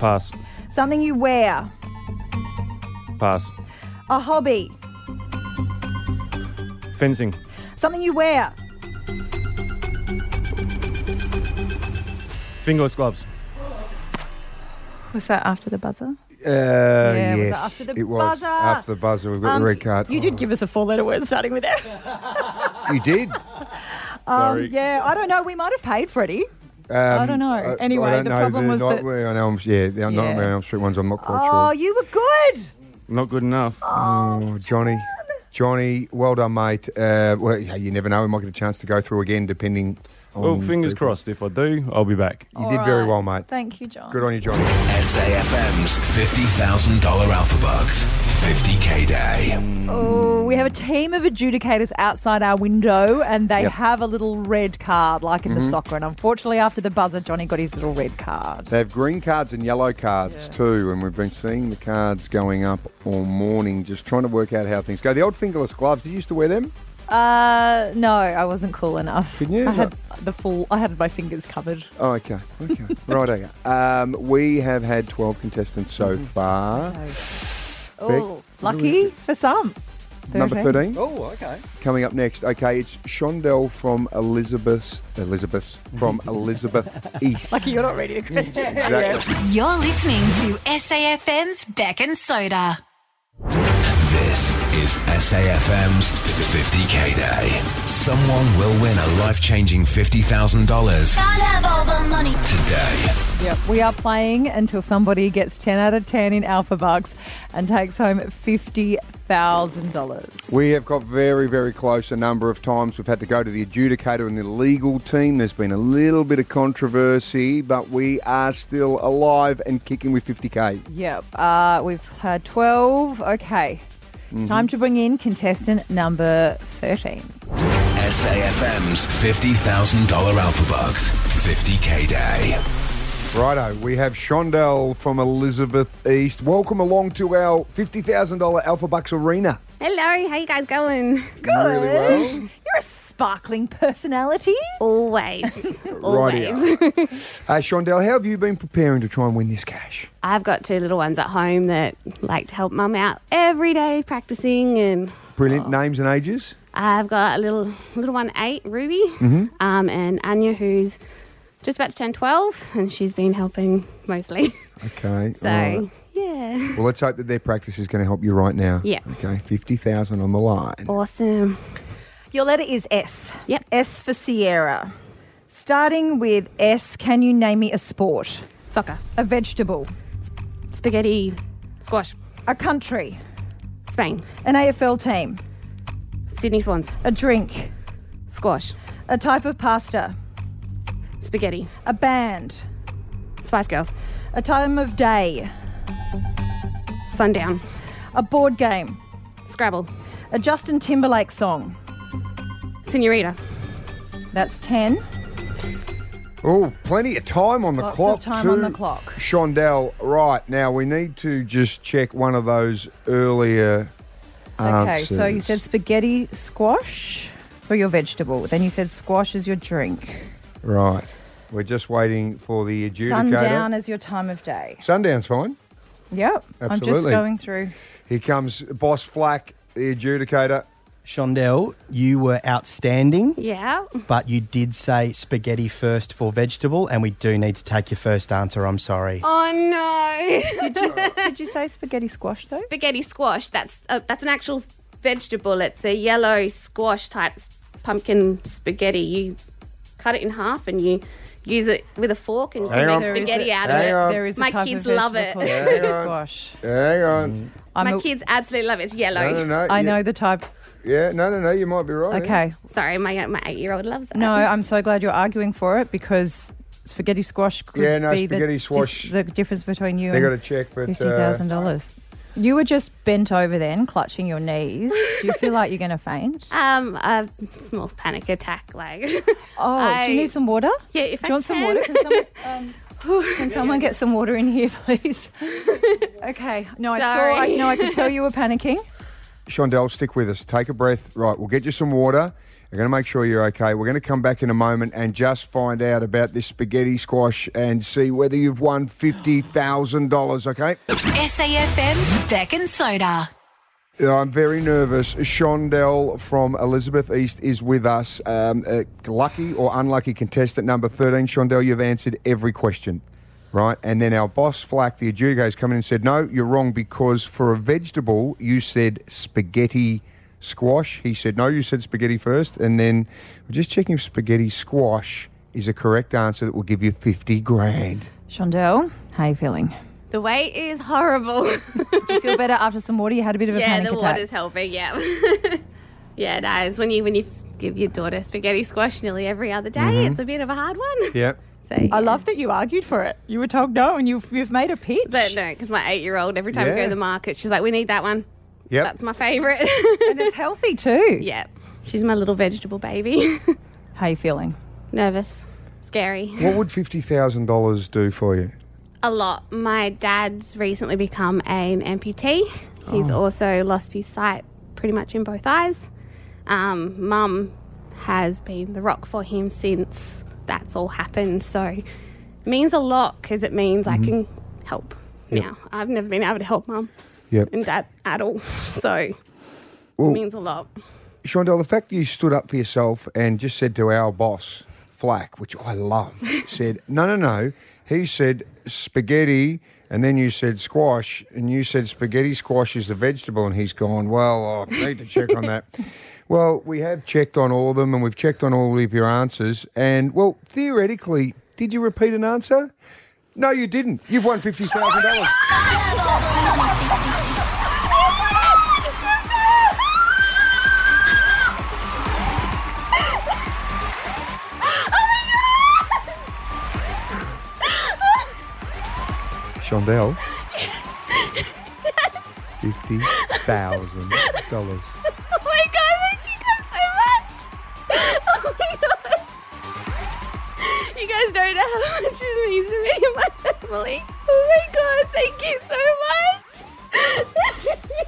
S21: Pass.
S7: something you wear,
S21: Pass.
S7: a hobby,
S21: Fencing.
S7: something you wear,
S21: Fingerless gloves.
S18: Was that after the buzzer?
S8: Uh,
S7: it was
S8: yes,
S7: after the
S8: it was
S7: buzzer.
S8: after the buzzer. We've got
S7: Um,
S8: the red card. Oh.
S7: You did give us a four letter word starting with F.
S8: You did. Sorry.
S7: Um, yeah, I don't know. We might have paid Freddie.
S8: Um, I
S7: don't know. Anyway, the problem was that-
S8: Nightmare on Elm, yeah, the Nightmare on Elm Street ones. I'm not quite
S7: Oh, you were good.
S8: sure. Not good enough. Oh, Johnny, Johnny, well done, mate. Uh, well, yeah, you never know. We might get a chance to go through again, depending. on
S21: Well, fingers
S8: people.
S21: crossed. If I do, I'll be back.
S8: You did very well, mate.
S7: Thank you, John.
S8: Good on you, Johnny.
S2: SAFM's $50,000 Alpha Bucks 50K Day.
S7: Oh, we have a team of adjudicators outside our window, and they
S2: Yep.
S7: have a little red card, like in the
S8: Mhm.
S7: soccer. And unfortunately, after the buzzer, Johnny got his little red card.
S8: They have green cards and yellow cards too, and we've been seeing the cards going up all morning, just trying to work out how things go. The old fingerless gloves. Did you used to wear them?
S7: Uh, no, I wasn't cool enough.
S8: Didn't you?
S7: I had the full. I had my fingers covered.
S8: Oh, okay, okay, right. Okay. Um, we have had twelve contestants so
S7: Mm-hmm.
S8: far.
S7: Oh, lucky for some.
S8: Number 13.
S19: Oh, okay.
S8: Coming up next, okay, it's Shondell from Elizabeth, Elizabeth from Elizabeth East.
S7: Lucky you're not ready to question.
S8: Exactly.
S13: You're listening to SAFM's Beck and Soda.
S2: This is SAFM's 50K Day. Someone will win a life changing $50,000
S13: Can't have all the money.
S2: today.
S7: Yep, we are playing until somebody gets 10 out of 10 in Alpha Bucks and takes home $50,000.
S8: We have got very, very close a number of times. We've had to go to the adjudicator and the legal team. There's been a little bit of controversy, but we are still alive and kicking with 50k.
S7: Yep, uh, we've had 12. Okay,
S8: Mhm.
S7: it's time to bring in contestant number 13.
S2: SAFM's $50,000 Alpha Bucks 50K Day.
S8: Righto, we have Shondell from Elizabeth East. Welcome along to our $50,000 Alpha Bucks Arena.
S20: Hello, how you guys going?
S8: Good. Really well.
S7: You're a sparkling personality.
S20: Always. Always.
S8: Rightio. uh, Shondell, how have you been preparing to try and win this cash?
S20: I've got two little ones at home that like to help mum out every day practicing and
S7: Oh.
S8: Brilliant. Names and ages?
S20: I've got a little little one eight, Ruby,
S8: Mhm.
S20: um, and Anya who's just about to turn twelve and she's been helping mostly.
S8: Okay.
S20: so
S8: all right.
S20: yeah.
S8: Well, let's hope that their practice is going to help you right now.
S20: Yeah.
S8: Okay, 50,000 on the line.
S20: Awesome.
S7: Your letter is S.
S20: Yep.
S7: S for Sierra. Starting with S, can you name me a sport?
S20: Soccer.
S7: A vegetable.
S20: Spaghetti squash.
S7: A country.
S20: Spain.
S7: An AFL team.
S20: Sydney Swans.
S7: A drink.
S20: Squash.
S7: A type of pasta.
S20: Spaghetti.
S7: A band.
S20: Spice Girls.
S7: A time of day.
S20: Sundown.
S7: A board game.
S20: Scrabble.
S7: A Justin Timberlake song.
S20: Senorita.
S7: That's 10.
S8: Oh, plenty of time on the
S7: Lots of
S8: clock.
S7: time
S8: too.
S7: on the clock.
S8: Shondell, right now we need to just check one of those earlier
S1: Okay,
S8: answers.
S1: so you said spaghetti squash for your vegetable. Then you said squash is your drink.
S8: right. We're just waiting for the adjudicator.
S1: Sundown is your time of day.
S8: Sundown's fine.
S1: Yep. I'm just
S8: Absolutely.
S1: going through.
S8: Here comes Boss Flack, the adjudicator.
S9: Shondell, you were outstanding,
S20: Yeah.
S9: but you did say spaghetti first for vegetable, and we do need to take your first answer. I'm sorry.
S20: Oh no!
S7: Did you, did you say spaghetti squash though?
S20: Spaghetti squash. That's uh, that's an actual s- vegetable. It's a yellow squash type s- pumpkin spaghetti. You cut it in half and you use it with a fork and you
S8: Hang
S20: make
S8: on. There is
S20: spaghetti
S8: a-
S20: out of
S8: hang
S20: it.
S8: on. There
S7: is a
S20: My
S7: type
S20: kids
S7: of
S20: love
S7: vegetable
S20: it.
S7: called spaghetti
S8: Hang on.
S7: squash.
S8: Hang on.
S20: My
S7: a-
S20: kids absolutely love it. It's yellow.
S8: No, no, no.
S7: I
S8: you-
S7: know the type.
S8: Yeah, no, no, no. You might be right.
S7: Okay.
S20: Sorry, my my eight year old loves it.
S7: No, I'm so glad you're arguing for it because spaghetti squash could
S8: Yeah, no,
S7: be the,
S8: spaghetti
S7: dis-
S8: swash.
S7: the difference between you
S8: They got to
S7: and
S8: check, but
S7: fifty
S8: uh,
S7: thousand dollars. You were just bent over then, clutching your knees. Do you feel like you're going to faint?
S20: Um, a small panic attack. Like,
S7: Oh, do you need some water?
S20: Yeah, if
S7: Do
S20: I
S7: you want some
S20: can.
S7: water? Can someone, um, can someone get some water in here, please? Okay. No, I saw. I,
S20: Sorry.
S7: no, I could tell you were panicking.
S8: Shondell, stick with us. Take a breath. Right, we'll get you some water. We're going to make sure you're okay. We're going to come back in a moment and just find out about this spaghetti squash and see whether you've won $50,000, okay?
S13: SAFM's Beck and Soda.
S8: Yeah, I'm very nervous. Shondell from Elizabeth East is with us. Um, uh, lucky or unlucky contestant number 13. Shondell, you've answered every question, right? And then our boss, Flack, the adjudicator, has come in and said, No, you're wrong because for a vegetable, you said spaghetti squash. He said, No, you said spaghetti first. And then we're just checking if spaghetti squash is a correct answer that will give you 50 grand.
S7: Shondell, how are you feeling?
S20: the weight is horrible.
S7: Do you feel better after some water? You had a bit of a
S20: yeah,
S7: panic
S20: the
S7: attack.
S20: water's helping. Yeah. Yeah, no, it's when you when you give your daughter spaghetti squash nearly every other day,
S7: Mhm.
S20: it's a bit of a hard one.
S8: Yeah.
S20: So, yeah.
S7: I love that you argued for it. You were told no, and you've you've made a pitch.
S20: But no, because my eight year old, every time we go
S7: Yeah.
S20: to the market, she's like, "We need that one.
S8: Yep.
S20: That's my favourite."
S7: and it's healthy too.
S20: Yeah, she's my little vegetable baby.
S7: How are you feeling?
S20: Nervous, scary.
S8: What would $50,000 do for you?
S20: A lot. My dad's recently become an amputee. He's
S8: Oh.
S20: also lost his sight pretty much in both eyes. Um, Mum has been the rock for him since that's all happened. So it means a lot because it means I can help
S8: Mm-hmm. Yep.
S20: now. I've never been able to help Mum
S8: Yep.
S20: and Dad at all. So
S8: Well-
S20: it means a lot.
S8: Shondell, the fact you stood up for yourself and just said to our boss, Flack, which I love, said, no, no, no. He said spaghetti, and then you said squash, and you said spaghetti squash is the vegetable, and he's gone, well, oh, I need to check on that. Well, we have checked on all of them, and we've checked on all of your answers, and well, theoretically, did you repeat an answer? No, you didn't. You've won fifty thousand dollars.
S10: Oh
S8: Shondell, fifty thousand dollars.
S20: Oh my god, thank you guys so much. Oh my god. You guys don't know how much this means to me and my family. Oh my god, thank you so much.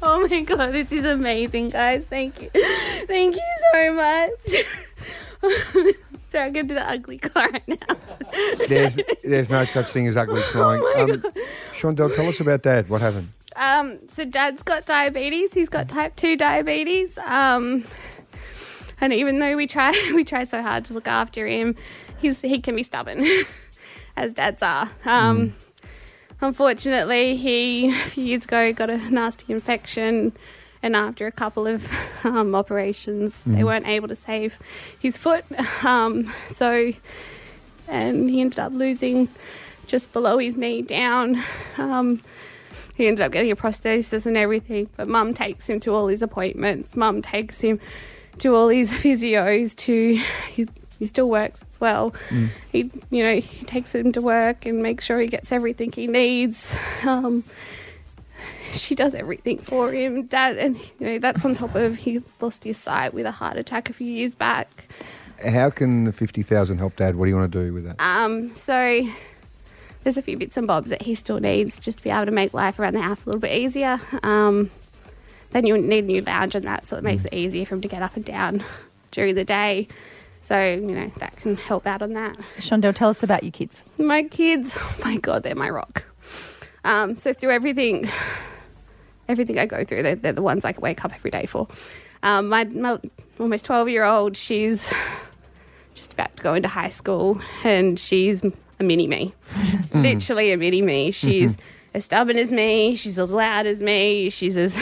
S20: Oh my god, this is amazing, guys. Thank you. Thank you so much. Sorry, I'm gonna do the ugly cry right now.
S8: There's there's no such thing as ugly crying.
S20: Oh
S8: um, Shondell, tell us about Dad. What happened?
S20: Um, so dad's got diabetes. He's got type two diabetes. Um, and even though we try, we tried so hard to look after him, he's he can be stubborn, as dads are. Um, Unfortunately, he a few years ago got a nasty infection, and after a couple of um, operations, they
S22: Mm.
S20: weren't able to save his foot. Um, so, and he ended up losing just below his knee down. Um, he ended up getting a prosthesis and everything, but mum takes him to all his appointments. Mum takes him do all his physios to he, he still works as well.
S1: Mm.
S20: He you know he takes him to work and makes sure he gets everything he needs. Um, she does everything for him, Dad, and you know that's on top of he lost his sight with a heart attack a few years back.
S8: How can the 50,000 help dad? What do you want to do with that?
S20: Um, so there's a few bits and bobs that he still needs just to be able to make life around the house a little bit easier. Um, then you'll need a new lounge and that, so it makes it easier for him to get up and down during the day. So, you know, that can help out on that.
S7: Shondell, tell us about your kids.
S20: My kids, oh my God, they're my rock. Um, so through everything, everything I go through, they're, they're the ones I can wake up every day for. Um, my, my almost 12 year old, she's just about to go into high school and she's a mini me. Literally a mini me. She's as stubborn as me, she's as loud as me, she's as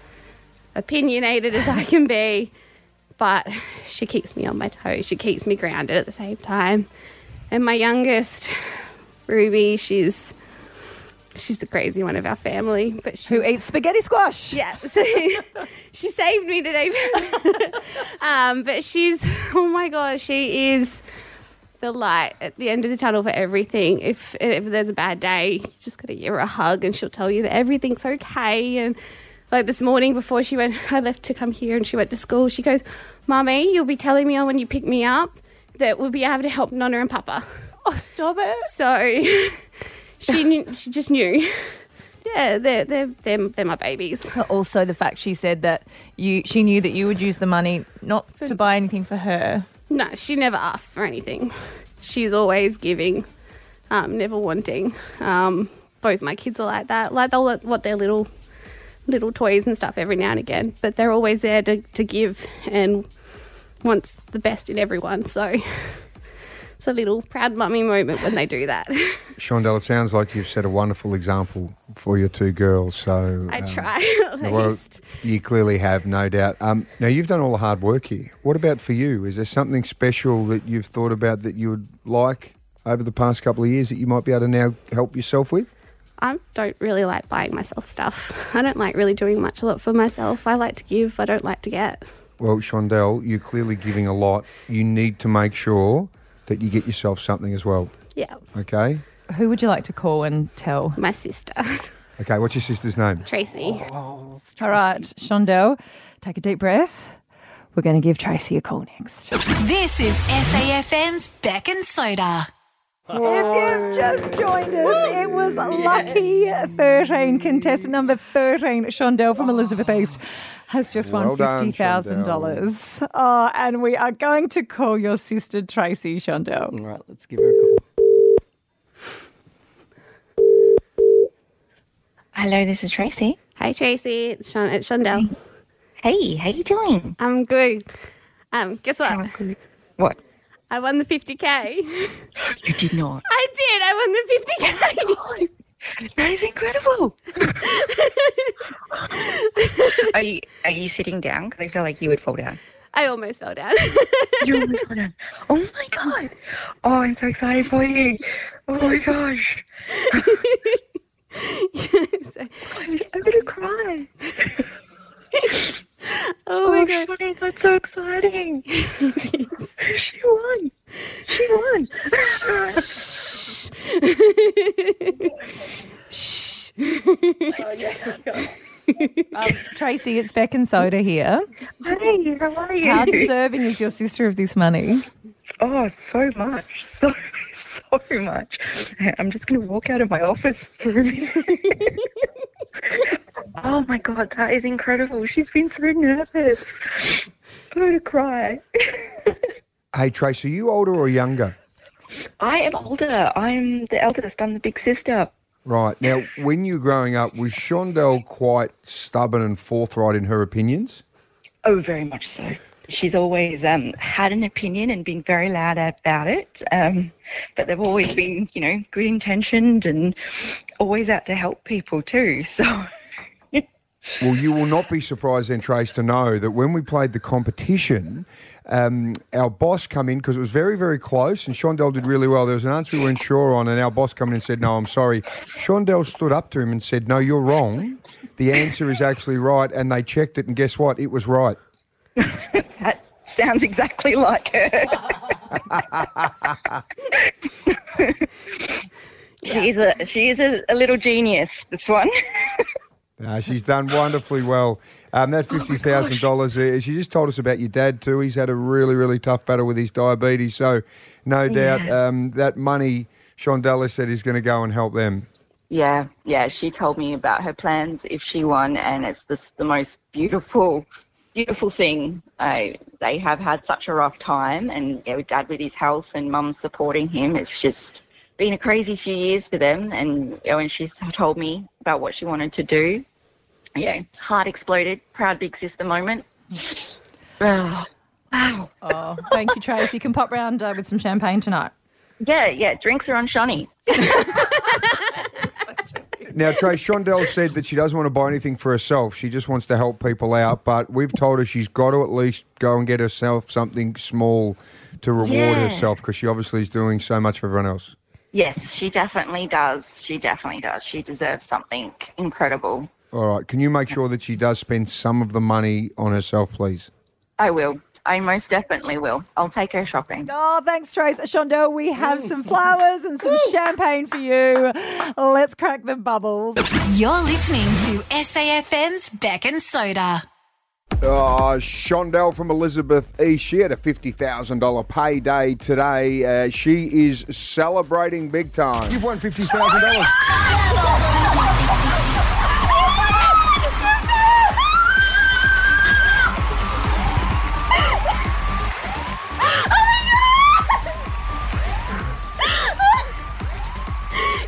S20: opinionated as I can be. But she keeps me on my toes, she keeps me grounded at the same time. And my youngest, Ruby, she's she's the crazy one of our family, but she
S7: Who eats spaghetti squash?
S20: Yeah, so she saved me today. um, but she's oh my god, she is the light at the end of the tunnel for everything. If if there's a bad day, you just gotta give her a hug, and she'll tell you that everything's okay. And like this morning before she went, I left to come here, and she went to school. She goes, "Mommy, you'll be telling me on when you pick me up that we'll be able to help Nonna and Papa."
S7: Oh, stop it!
S20: So she knew, she just knew. Yeah, they're, they're, they're, they're my babies.
S7: But also the fact she said that you she knew that you would use the money not to buy anything for her.
S20: No, she never asks for anything. She's always giving, um, never wanting. Um, both my kids are like that. Like they'll want their little little toys and stuff every now and again, but they're always there to, to give and wants the best in everyone. So it's a little proud mummy moment when they do that.
S8: Shondell, it sounds like you've set a wonderful example for your two girls. So
S20: I
S8: um,
S20: try. at
S8: well,
S20: least.
S8: you clearly have, no doubt. Um, now you've done all the hard work here. What about for you? Is there something special that you've thought about that you would like over the past couple of years that you might be able to now help yourself with?
S20: I don't really like buying myself stuff. I don't like really doing much a lot for myself. I like to give. I don't like to get.
S8: Well, Shondell, you're clearly giving a lot. You need to make sure that you get yourself something as well.
S20: Yeah,
S8: Okay.
S7: Who would you like to call and tell?
S20: my sister,
S8: Okay. What's your sister's name?
S20: Tracy.
S7: All right, Shondell, take a deep breath. We're going to give Tracy a call next.
S13: This is SAFM's Beck and Soda.
S7: If you've just joined us, it was lucky 13, contestant number 13, Shondell from Elizabeth East. Has just won
S8: Well done,
S7: $50,000. Oh, and we are going to call your sister Tracy Shondell.
S23: All right, let's give her a call.
S22: Hello, this is Tracy.
S20: Hey Tracy, it's, Shon- it's Shondell.
S22: Hey, how you doing?
S20: I'm good. Um, guess what?
S22: What?
S20: I won the 50k. I
S22: You did not.
S20: did. I won the 50k.
S22: That is incredible. are you are you sitting down? Because I feel like you would fall down.
S20: I almost fell down.
S22: You almost fell down. Oh my god. Oh, I'm so excited for you. Oh my gosh. I'm, I'm gonna cry.
S20: oh my god.
S22: Shani, that's so exciting. she won. She won.
S7: Um, Tracy, it's Beck and Soda here.
S22: Hey, how are you?
S7: How deserving is your sister of this money?
S22: Oh, so much. So, so much. Hey, I'm just going to walk out of my office for a minute. oh my God, that is incredible. She's been so nervous. I'm going to cry.
S8: Hey, Trace, are you older or younger?
S22: I am older. I'm the eldest. I'm the big sister.
S8: Right. Now, when you were growing up, was Shondell quite stubborn and forthright in her opinions?
S22: Oh, very much so. She's always um, had an opinion and been very loud about it. Um, but they've always been, you know, good intentioned and always out to help people too. So.
S8: Well, you will not be surprised then, Trace, to know that when we played the competition, um, our boss come in because it was very, very close, and Shondell did really well. There was an answer we weren't sure on, and our boss come in and said, "No, I'm sorry." Shondell stood up to him and said, "No, you're wrong. The answer is actually right." And they checked it, and guess what? It was right.
S24: that sounds exactly like her. she's a she is a, a little genius. This one.
S8: No, she's done wonderfully well. Um, that fifty thousand dollars. uh, She just told us about your dad too. He's had a really, really tough battle with his diabetes. So, no
S24: Yeah.
S8: doubt um, that money, Shondella said, is going to go and help them.
S22: Yeah, yeah. She told me about her plans if she won, and it's the, the most beautiful, beautiful thing. I, they have had such a rough time, and yeah, with dad with his health and mum supporting him, it's just been a crazy few years for them. And you know, when she told me about what she wanted to do, yeah, heart exploded. Proud big sister moment. wow.
S7: Oh, thank you, Trace. You can pop round uh, with some champagne tonight.
S22: Yeah, yeah. Drinks are on Shawnee.
S8: Now, Trace, Shondell said that she doesn't want to buy anything for herself. She just wants to help people out. But we've told her she's got to at least go and get herself something small to reward
S22: Yeah.
S8: herself because she obviously is doing so much for everyone else.
S22: Yes, she definitely does. She definitely does. She deserves something incredible.
S8: All right. Can you make sure that she does spend some of the money on herself, please?
S22: I will. I most definitely will. I'll take her shopping.
S7: Oh, thanks, Trace. Shondell, we have
S8: Mm.
S7: some flowers and some champagne for you. Let's crack the bubbles.
S13: You're listening to SAFM's Beck and Soda.
S8: Uh, Shondell from Elizabeth E. She had a $50,000 payday today. Uh, she is celebrating big time. You've won $50,000. Oh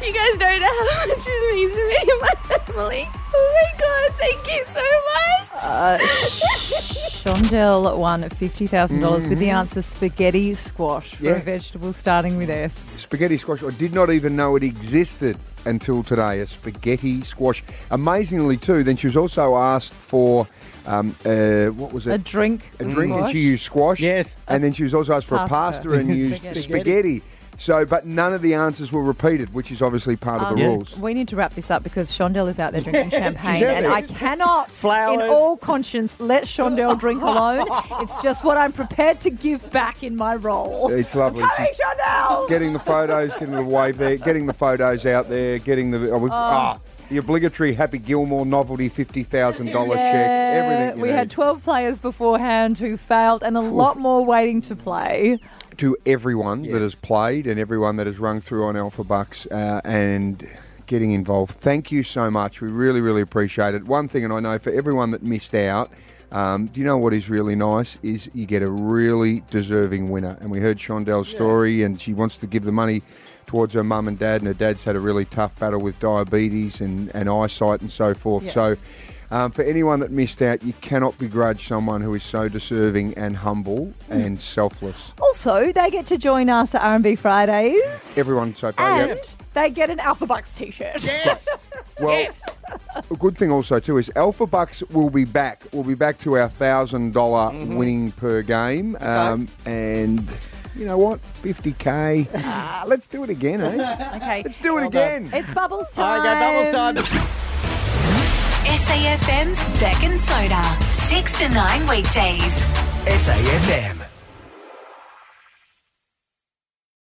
S20: You guys don't know how much this means to me and my family. Oh my god, thank you so much.
S7: Uh, Shondell won $50,000 dollars with the
S8: Mhm.
S7: answer spaghetti squash for
S8: Yeah.
S7: a vegetable starting with S.
S8: Spaghetti squash. I did not even know it existed until today. A spaghetti squash. Amazingly, too. Then she was also asked for um, uh, what was it?
S7: A drink
S8: A
S7: with
S8: drink, and
S7: squash.
S8: she used squash. Yes. And then she was also asked for a
S7: Pasta.
S8: pasta and used
S7: Spaghetti.
S8: spaghetti. So, but none of the answers were repeated, which is obviously part of
S7: Um,
S8: the rules.
S7: We need to wrap this up because Shondell is out there drinking champagne,
S8: She's out
S7: and
S8: there.
S7: I cannot, in
S8: Flowers.
S7: all conscience, let Shondell drink alone. It's just what I'm prepared to give back in my role.
S8: It's lovely.
S7: I'm coming,
S8: She's
S7: Shondell!
S8: Getting the photos, getting the wave there, getting the photos out there, getting the oh, we've,
S7: Oh.
S8: ah, the obligatory Happy Gilmore novelty fifty thousand dollar check. Everything you
S7: we
S8: need.
S7: had 12 players beforehand who failed, and a lot more waiting to play.
S8: to everyone that has played and everyone that has rung through on Alpha Bucks uh, and getting involved. Thank you so much. We really, really appreciate it. One thing, and I know for everyone that missed out, um, do you know what is really nice is you get a really deserving winner. And we heard Shondell's story, and she wants to give the money towards her mum and dad, and her dad's had a really tough battle with diabetes and, and eyesight and so forth.
S5: Yeah.
S8: So. Um, for anyone that missed out, you cannot begrudge someone who is so deserving and humble and selfless.
S7: Also, they get to join us at R&B Fridays,
S8: Everyone so far.
S7: and
S8: yep.
S7: they get an Alpha Bucks t-shirt.
S8: Yes. Well, a good thing also too is Alpha Bucks will be back. We'll be back to our thousand
S5: Mhm.
S8: winning per game, um, and you know what, fifty k. ah, let's do it again, eh?
S7: Okay. Let's
S8: do it Well done. again.
S7: It's bubbles
S25: All
S7: time.
S25: right, go bubbles
S7: time.
S13: SAFM's Beck and Soda. Six to nine weekdays.
S5: SAFM.